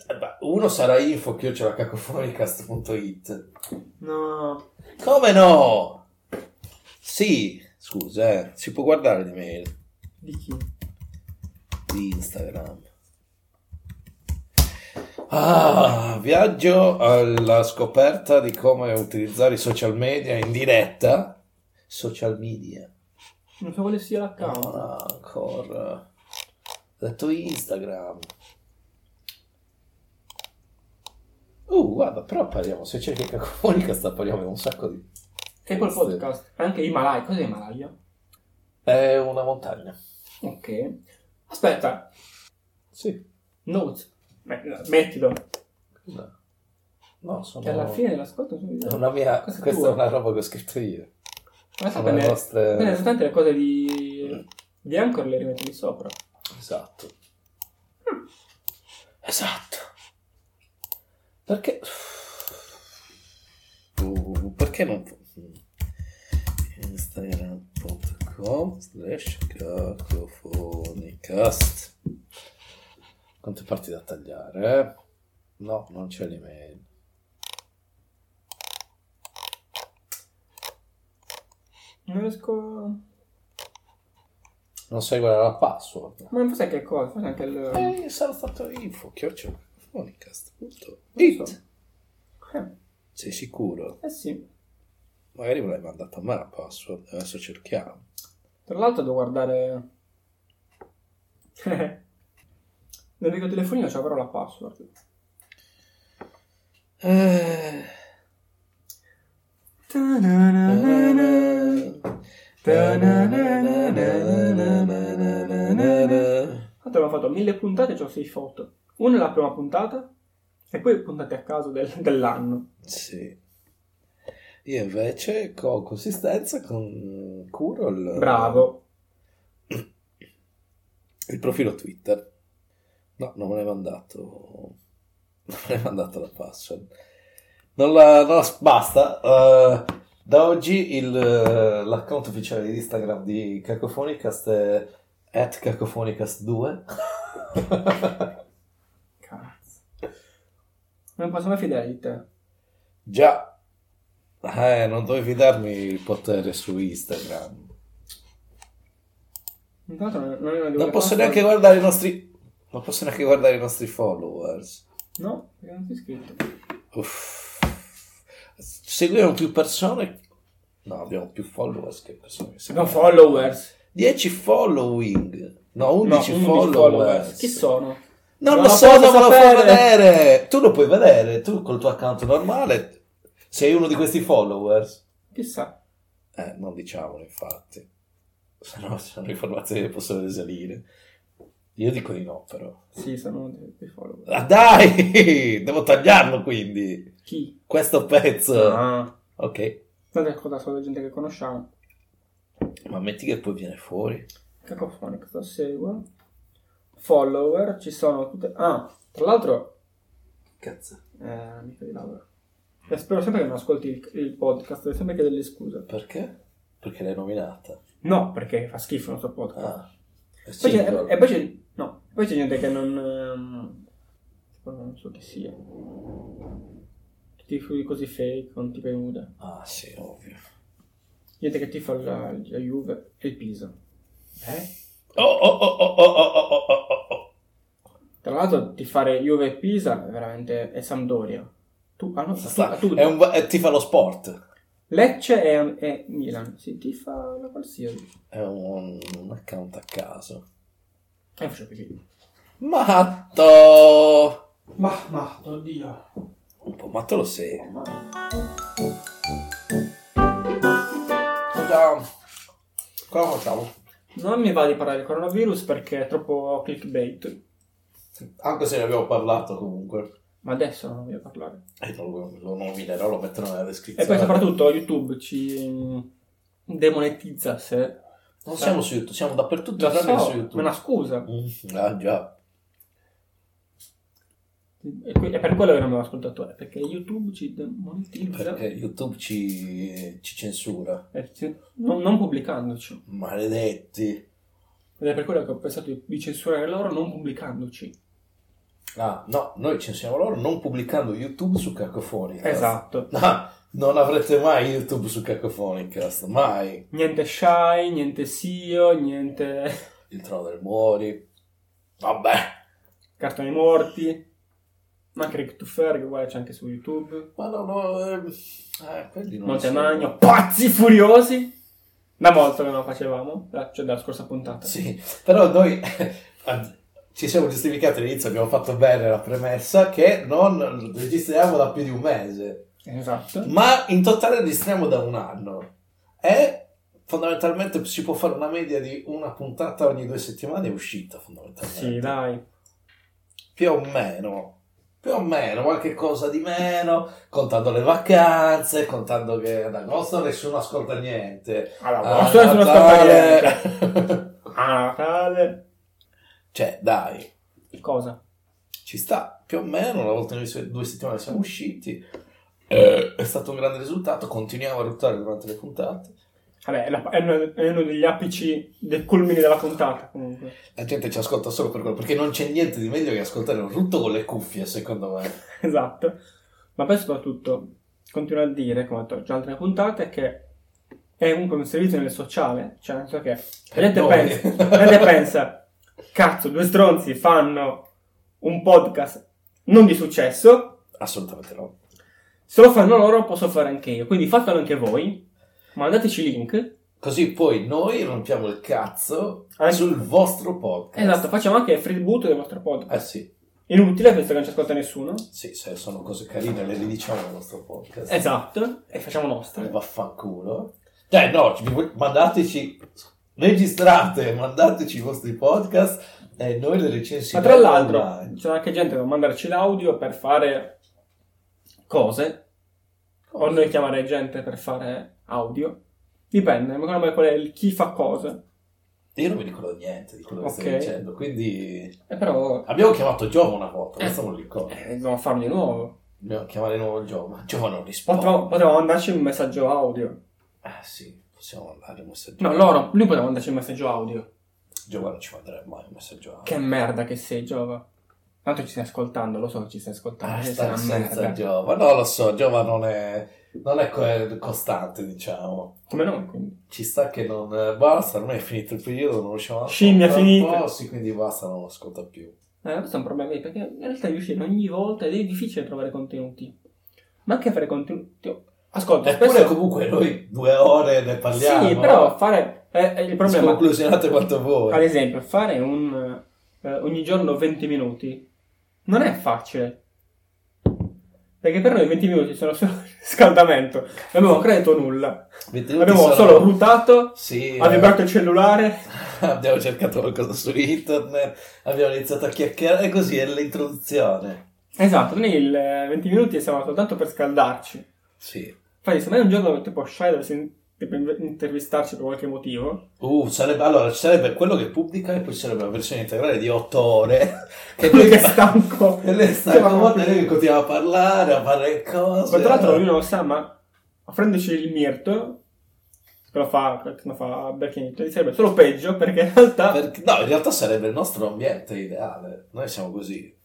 Eh, beh, uno sarà info che io c'ho la cacofonicast.it. No. Come no? Sì, scusa, eh. si può guardare di mail. Di chi? di Instagram. Ah, viaggio alla scoperta di come utilizzare i social media in diretta. Social media. Non so quale sia l'account. No, ancora. Ho detto Instagram. Uh, guarda, però parliamo, se cerchi cacofonica sta parliamo di un sacco di... Che è quel podcast. Anche Himalaya. Cos'è Himalaya? È una montagna. Ok. Aspetta. Sì. Notes. Me- Mettilo. No, no sono... Che alla fine dell'ascolto tu mi È dici- una mia... Questa è Questa tua. è una roba che ho scritto io. Ma sai Sono le bene, nostre- bene, soltanto le cose di, di Anchor le rimetti lì sopra. Esatto. Mm. Esatto. Perché... Uh, perché non... Instagram.com slash cacofonicast. Quante parti da tagliare? eh? No, non c'è l'email. Non riesco... Non sai qual era la password. Ma non sai che cosa, forse anche il... Eh, sarà stato info, chiocciola cacofonicast. Punto. Non so. It. Sei sicuro? Eh, eh sì. Magari me l'hai mandata a me la password, adesso cerchiamo. Tra l'altro devo guardare... Nel mio telefonino c'è però la password. Eh. Eh, Sì, Tanto abbiamo fatto mille puntate e ho sei foto. Una è la prima puntata e poi puntate a caso del- dell'anno. io invece con consistenza con curo il, Bravo. il profilo Twitter. No, non me l'hai mandato. Non è mandata la password. Non la, non la- basta. eh, da oggi il, eh, l'account ufficiale di Instagram di Cacofonicast è at cacofonicast2. Cazzo. Non posso mai fidare di te. Già. Eh, non dovevi darmi il potere su Instagram. Intanto non, non è una di Non quelle posso password- neanche guardare i nostri. Non posso neanche guardare i nostri followers. No, perché non sei iscritto. Uff. Seguiamo più persone. No, abbiamo più followers che persone. Abbiamo followers. 10 following. No, No, 11 11 followers. Chi sono? Non Non lo lo so, posso non me lo fai sapere. vedere. Tu lo puoi vedere. Tu col tuo account normale sei uno di questi followers. Chissà. Eh, non diciamolo, infatti. Se no, sono informazioni che possono risalire. Io dico di no, però. Sì, sono dei, dei follower. Ah, dai! Devo tagliarlo quindi. Chi? Questo pezzo. Ah. Ok. Tanto è cosa solo gente che conosciamo. Ma metti che poi viene fuori. Cacofonic, lo seguo. Follower, ci sono tutte... Ah, tra l'altro... Cazzo. Eh, amico di Laura. Eh, spero sempre che non ascolti il, il podcast, devi sempre chiedergli scusa. Perché? Perché l'hai nominata. No, perché fa schifo il nostro podcast. Ah. Eh sì, Poi c'è- però- e poi c'è, no, poi c'è gente che non. ehm, tipo, non so chi sia. Tutti quelli così fake, con tipo nuda. Ah, sì, ovvio. Gente che tifa la, la Juve e il Pisa. Eh? Oh, oh, oh, oh, oh, oh, oh, oh, oh, oh. Tra l'altro, tifare Juve e Pisa è veramente. è Sampdoria. Tu, ah no, tu, Sta- tu- È un... è- tifa lo sport. Lecce e, e Milan. Si tifa la qualsiasi. È un, un account a caso. E faccio pipì. Matto! Ma, ma, oddio. Un po' matto lo sei. Cosa facciamo? Non mi va di parlare del coronavirus perché è troppo clickbait. Anche se ne abbiamo parlato comunque. Ma adesso non voglio parlare. E Eh, lo, lo nominerò, lo metterò nella E descrizione. poi soprattutto YouTube ci mh, demonetizza se... Non siamo su YouTube, siamo dappertutto Lo tranne che su so, YouTube. ma è una scusa. Mm, Ah già. E que- è per quello che non abbiamo ascoltatore, perché YouTube ci demonetizza Perché YouTube ci, ci censura. eh, ci- non, non pubblicandoci. Maledetti. Ed è per quello che ho pensato di- di censurare loro non pubblicandoci. Ah, no, noi censiamo loro non pubblicando YouTube su Cacofonica. Esatto. No, non avrete mai YouTube su Cacofonicast, mai. Niente Shy, niente SEO, niente Il trono del muori. Vabbè. cartoni morti. Ma anche Rick to Fair, che uguale c'è anche su YouTube. Ma no, no. ehm, Eh, quelli non sono- Montemagno, pazzi furiosi! Da molto che non lo facevamo, da- cioè dalla scorsa puntata. Sì, però noi anzi, ci siamo giustificati all'inizio, abbiamo fatto bene la premessa che non registriamo da più di un mese, Esatto. ma in totale registriamo da un anno. E fondamentalmente si può fare una media di una puntata ogni due settimane è uscita, fondamentalmente. Sì, dai. più o meno più o meno qualche cosa di meno contando le vacanze contando che ad agosto nessuno ascolta niente Allora, A Ah, adesso non sta Natale- niente. A Natale. cioè dai Cosa? ci sta più o meno una volta nelle due settimane siamo usciti Eh, è stato un grande risultato continuiamo a lottare durante le puntate Vabbè, è, la- è uno, è uno degli apici del culmine della puntata, comunque. la gente ci ascolta solo per quello perché non c'è niente di meglio che ascoltare un rutto con le cuffie secondo me Esatto. Ma poi soprattutto, continuo a dire, come ho detto già in altre puntate, che è comunque un servizio nel sociale. Cioè, nel senso che la gente, Noi. pensa, la gente pensa, cazzo, due stronzi fanno un podcast non di successo, assolutamente no se lo fanno loro posso fare anche io. Quindi fatelo anche voi, mandateci link così poi noi rompiamo il cazzo Anche- sul vostro podcast Esatto, facciamo anche il free boot del vostro podcast. eh sì Inutile, penso che non ci ascolta nessuno. Sì, se sono cose carine le ridiciamo nel nostro podcast. Eh, Esatto, e facciamo nostre. Vaffanculo. Dai, no, ci- mandateci, registrate, mandateci i vostri podcast e noi le Ma recensiamo. tra l'altro, online. c'è anche gente che può mandarci l'audio per fare cose, o noi chiamare gente per fare audio. Dipende, ma secondo me qual è il chi fa cosa. Io non mi ricordo niente di quello che stai Ok. dicendo, quindi... E però Abbiamo chiamato Giova una volta, Eh. questo non lo ricordo. eh, dobbiamo farlo di nuovo. Dobbiamo chiamare di nuovo Giova, ma Giova non risponde. Potevamo, potevamo mandarci un messaggio audio. Ah sì, possiamo mandare un messaggio. No, loro, lui poteva mandarci un messaggio audio. Giova non ci manderà mai un messaggio. Che merda che sei, Giova. Tanto ci stai ascoltando, lo so che ci stai ascoltando. eh, Ah, sei sta una senza merda. Giova. No, lo so, Giova non è, non è co- costante, diciamo. Come noi, quindi. Ci sta che non... eh, Basta, ormai è finito il periodo, non riusciamo a... Scimmia, ascoltare finito. un po', sì, quindi basta, non lo ascolta più. Eh, questo è un problema lì, perché in realtà riuscire ogni volta ed è difficile trovare contenuti. Ma anche fare contenuti... Ascolta, Eppure spesso... comunque noi due ore ne parliamo. Sì, però fare... eh, eh, il problema... Sconclusionate quanto voi. Ad esempio, fare un, eh, ogni giorno 20 minuti non è facile. Perché per noi 20 minuti sono solo riscaldamento. Non abbiamo ancora detto nulla. 20 minuti Abbiamo sono- solo ruttato, Sì, eh, ha vibrato il cellulare. abbiamo cercato qualcosa su internet, abbiamo iniziato a chiacchierare e così è l'introduzione. Esatto, noi il eh, 20 minuti siamo soltanto per scaldarci. Sì. Infatti, se mai un giorno tipo Shai dovesse in- tipo, in- intervistarci per qualche motivo, Uh, sarebbe, allora, ci sarebbe quello che pubblica e poi ci sarebbe la versione integrale di 8 ore. che lui che è stanco. E lei sta Siamo comoda, proprio- lei continua a parlare, a fare cose. Cioè, Ma tra l'altro lui non lo sa, ma offrendoci il mirto, che lo fa, che lo fa Berchinetto, gli sarebbe solo peggio perché in realtà... Perché- no, in realtà sarebbe il nostro ambiente ideale. Noi siamo così.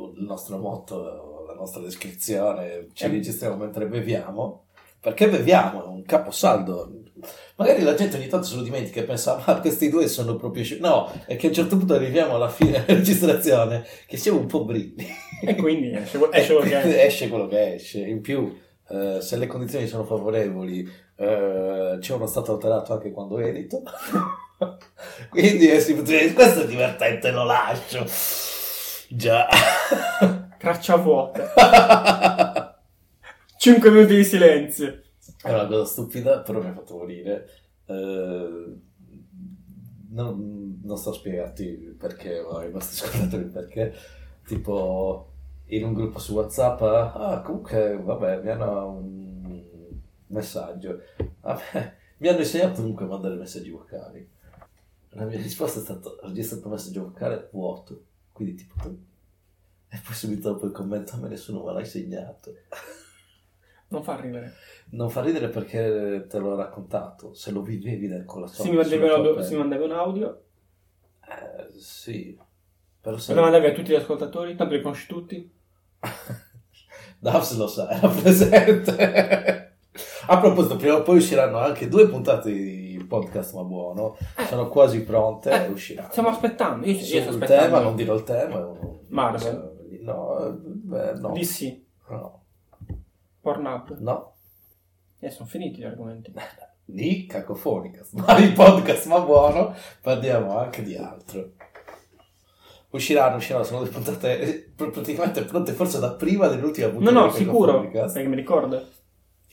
Il nostro motto, la nostra descrizione, ci Eh. registriamo mentre beviamo. Perché beviamo? È un caposaldo. Magari la gente ogni tanto se lo dimentica e pensa, ma questi due sono proprio... sci-". No, è che a un certo punto arriviamo alla fine della registrazione che siamo un po' brilli. E quindi esce, quel- Eh, esce quello che quindi è. esce quello che esce. In più, eh, se le condizioni sono favorevoli, eh, c'è uno stato alterato anche quando edito. quindi eh, si potrebbe dire, questo è divertente, lo lascio. Già. Traccia vuota. 5 minuti di silenzio. È una cosa stupida, però mi ha fatto morire. Eh, non, non sto a spiegarti il perché, ma i nostri ascoltatori il perché. Tipo, in un gruppo su WhatsApp, ah, comunque, vabbè, mi hanno un messaggio. A me- mi hanno insegnato comunque a mandare messaggi vocali. La mia risposta è stata registrare un messaggio vocale vuoto, quindi tipo... tum. E poi subito dopo il commento a me nessuno me l'ha insegnato. Non fa ridere. Non fa ridere perché te l'ho raccontato, se lo vivevi nel colasso. Si mi mandavi un audio, si mi mandavi un audio, Eh, sì, però se... se lo mandavi a tutti gli ascoltatori, tanto li conosci tutti. Davs lo sa, era presente. A proposito, prima o poi usciranno anche due puntate di podcast, ma buono. Sono quasi pronte Eh, e usciranno. Stiamo aspettando, io, io Sul sto tema, aspettando. non dirò il tema. è un- Marvel. No, eh, beh, no. DC, No. Pornhub. No. E sono finiti gli argomenti. Di cacofonica. Ma di podcast, ma buono. Parliamo anche di altro. Usciranno, usciranno, sono due puntate eh, pr- praticamente pronte forse da prima dell'ultima No, puntata. no, di sicuro, Cacofonica. perché mi ricordo.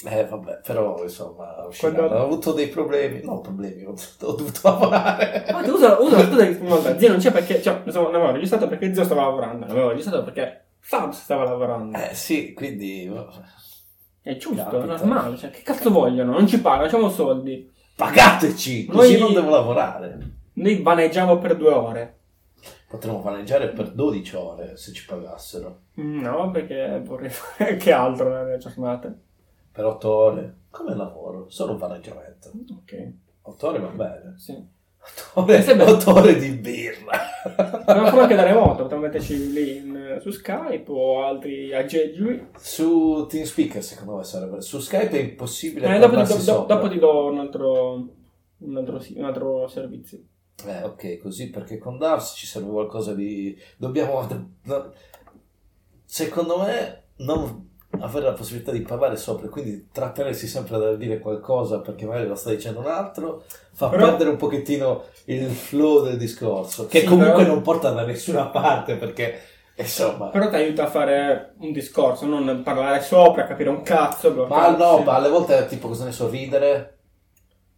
Eh vabbè, però insomma, usciranno. Quando- Ho avuto dei problemi, no problemi, ho, ho dovuto lavorare. Ma Ah, usa, usa la scusa che no, zio non c'è perché, cioè, insomma, non avevo registrato perché zio stava lavorando, non avevo registrato perché Fabs stava lavorando. Eh sì, quindi... È giusto, capita. è normale, cioè, che cazzo vogliono? Non ci pagano, facciamo soldi. Pagateci, così Noi- non devo lavorare. Noi vaneggiamo per due ore. Potremmo vaneggiare per 12 ore se ci pagassero. Mm, No, perché vorrei fare che altro nelle giornate. Per 8 ore. Come lavoro? Solo un vaneggiamento. Ok, 8 ore va bene. sì. 8 ore, Eh, beh. otto ore di birra. Potremmo farlo anche da remoto, potremmo metterci lì in- su Skype o altri aggeggi. su TeamSpeaker secondo me sarebbe... Su Skype è impossibile... Eh, dopo, ti, parlarsi do- do- sopra. dopo ti do un altro, un altro si- un altro servizio. Eh, ok, così perché con Dars ci serve qualcosa di... Dobbiamo... no- Secondo me non avere la possibilità di parlare sopra, quindi trattenersi sempre dal dire qualcosa perché magari lo sta dicendo un altro, fa Però- perdere un pochettino il flow del discorso, che Sì, comunque però- non porta da nessuna parte perché, insomma... Però ti aiuta a fare un discorso, non parlare sopra, capire un cazzo. Ma bloccarsi. no, ma alle volte è tipo cosa ne so, ridere,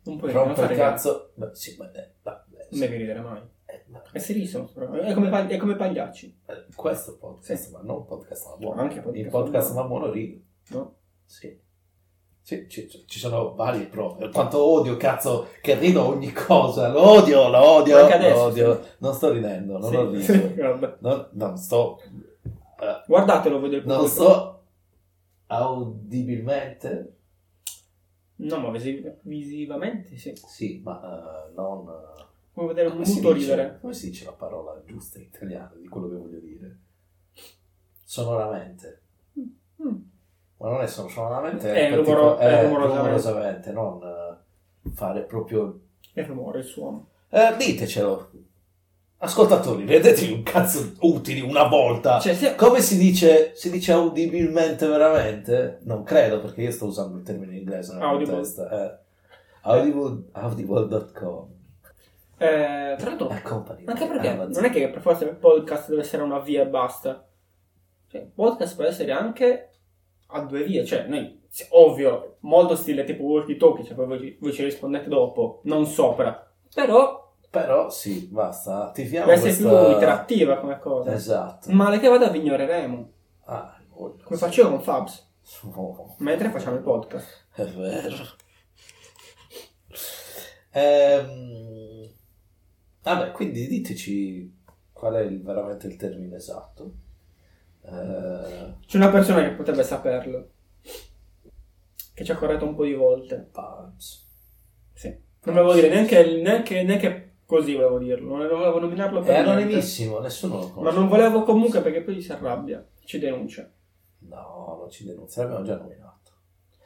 Non puoi non rompere fare il cazzo. cazzo... Beh, sì, ma... eh, ma- eh, Non sì, devi ridere mai. eh, ma- È serissimo. però. È come, pag- è come pagliacci. Eh, questo Ah, podcast, ma non podcast ma buono. Anche podcast il podcast ma ma buono ride. No? Sì. Sì, ci, ci sono varie prove. Quanto odio, cazzo, che rido ogni cosa. Lo odio, lo odio, Anche adesso, lo odio. Non sto ridendo, non Sì. lo rido. Vabbè. Non, non sto... eh, Guardatelo voi del non pubblico. sto audibilmente... No, ma visi- visivamente sì. Sì, ma eh, non... eh, Puoi vedere un Come si muto dice- ridere. Come si dice la parola giusta in italiano di quello che voglio dire? Sonoramente. Mm. Ma non è solo sonoramente, È partico- rumoro- è è eh, rumorosamente. rumorosamente, non eh, fare proprio... Il rumore, il suono. Eh, ditecelo. Ascoltatori, vedetevi un cazzo utili una volta. Cioè, se... Come si dice? Si dice audibilmente veramente? Non credo, perché io sto usando il termine inglese nella mia Audible. testa. eh. Audible- audible.com eh, tra l'altro, La company anche di perché Amazon. Eh, non è che per forza il podcast deve essere una via e basta. Cioè, il podcast può essere anche a due vie. Cioè, noi, se- ovvio, molto stile tipo walkie talkie, cioè poi voi, voi ci rispondete dopo, non sopra. Però Però sì, basta, attiviamo deve essere questa... più interattiva come cosa. Esatto. Male che vada vi ignoreremo. Ah, voglio- Come facevo con Fabs, Oh, mentre facciamo il podcast. È vero. Ehm, Vabbè, quindi diteci qual è il- veramente il termine esatto. Eh, C'è una persona che potrebbe saperlo. Che ci ha corretto un po' di volte. Pubs. Sì. Non volevo dire neanche, neanche, neanche così volevo dirlo, non non volevo nominarlo È per niente. anonimissimo, nessuno lo Ma conosce. non volevo comunque perché poi si arrabbia, ci denuncia. No, non ci denunzia, l'abbiamo già nominato.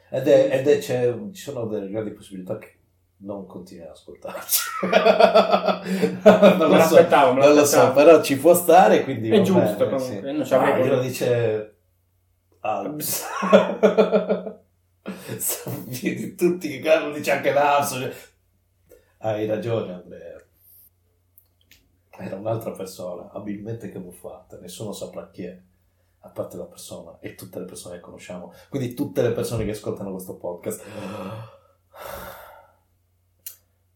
Ed è, ed è- c'è- ci sono delle grandi possibilità che non continui ad ascoltarci. non Non lo so, l'aspettavo, me non lo so, l'aspettavo. però ci può stare, quindi È va giusto bene, comunque, sì. non ci avrei Ah, glielo voluto. dice Alps. Sapete Tutti che cazzo lo dice anche l'Alps. cioè- Hai ragione Andrea. Era un'altra persona, abilmente camuffata, nessuno saprà chi è, a parte la persona e tutte le persone che conosciamo, quindi tutte le persone che ascoltano questo podcast.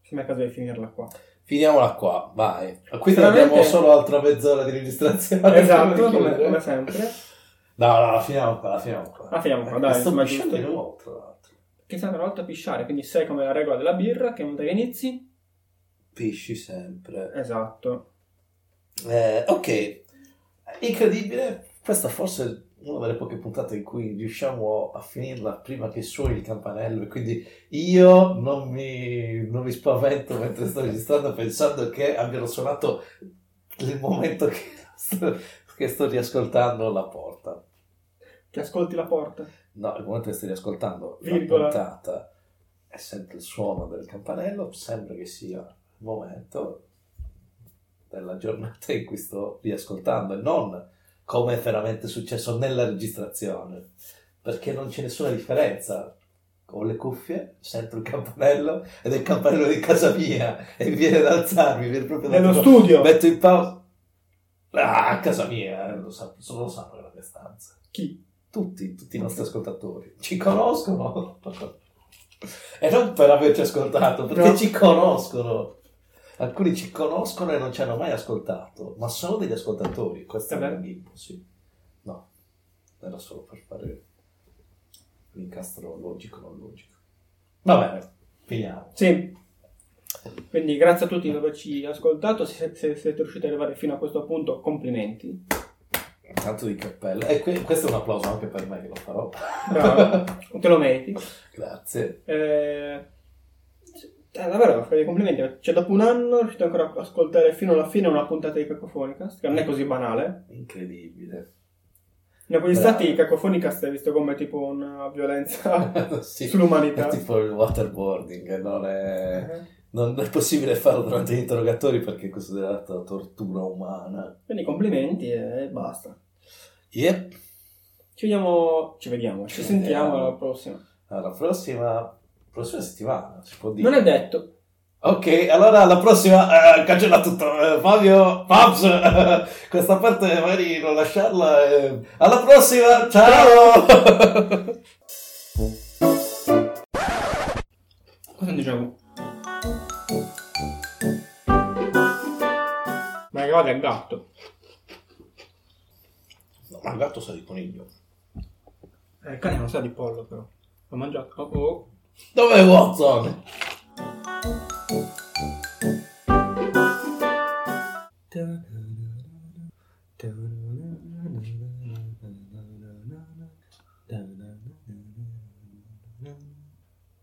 Se mi è caso di finirla qua. Finiamola qua, vai. Quindi Veramente- abbiamo solo altra mezz'ora di registrazione. Prima esatto, di come, chiudere. come sempre. No, no, la finiamo qua, la finiamo qua. La finiamo qua, Eh, dai, Sto ma pisciando di giusto. nuovo, tra l'altro. Che sembra una volta a pisciare, quindi sai come la regola della birra, che non che inizi. Pisci sempre. Esatto. Eh, ok, incredibile. Questa forse è una delle poche puntate in cui riusciamo a finirla prima che suoni il campanello. E quindi io non mi, non mi spavento mentre sto registrando, pensando che abbiano suonato il momento che sto, che sto riascoltando la porta. Che ascolti la porta. No, il momento che stai riascoltando Virgola. la puntata e senti il suono del campanello, sembra che sia il momento della giornata in cui sto riascoltando e non come è veramente successo nella registrazione, perché non c'è nessuna differenza. Ho le cuffie, sento il campanello ed è il campanello di casa mia e mi viene ad alzarmi, viene proprio da Nello studio. Metto in pausa. Ah, a casa mia, eh, lo sa- solo lo sanno che è la mia stanza Chi? tutti, tutti i nostri ascoltatori ci conoscono e non per averci ascoltato perché No. ci conoscono alcuni ci conoscono e non ci hanno mai ascoltato ma sono degli ascoltatori questo È è vero. un input, sì no era solo per fare l'incastro logico non logico va bene finiamo Sì. Quindi grazie a tutti per averci ascoltato, se, se- se siete riusciti ad arrivare fino a questo punto, complimenti. tanto di cappello e que- questo è un applauso anche per me che lo farò Bravo, te lo meriti. grazie Eh, eh, davvero, fai dei complimenti. Cioè, dopo un anno riuscite ancora a ascoltare fino alla fine una puntata di Cacofonicast, che non è così banale. incredibile Ne Bravo. quegli stati Cacofonicast è visto come tipo una violenza sì. È sull'umanità. Eh. tipo il waterboarding, non è, non è possibile farlo durante gli interrogatori perché è considerata tortura umana. Quindi complimenti e basta. Yep, Ci vediamo, ci vediamo, ci Ci sentiamo vediamo. alla prossima. alla prossima, prossima settimana si può dire. Non è detto. Ok, allora alla prossima, eh, cancella tutto. eh, Fabio, Pabs, questa parte magari non lasciarla. eh. Alla prossima, ciao! Cosa diciamo? Ma che vada il gatto. ma il gatto sa di coniglio. Eh, Il cane non sa di pollo però. Ho mangiato. Oh, oh. Dov'è Watson?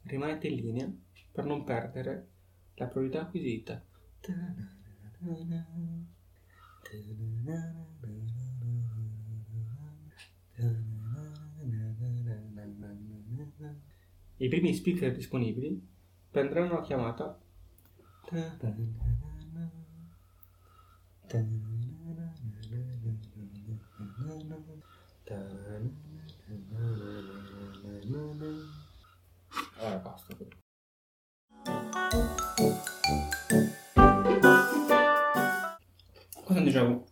Rimanete in linea per non perdere la priorità acquisita. I primi speaker disponibili prenderanno la chiamata. Allora basta. Cosa diciamo?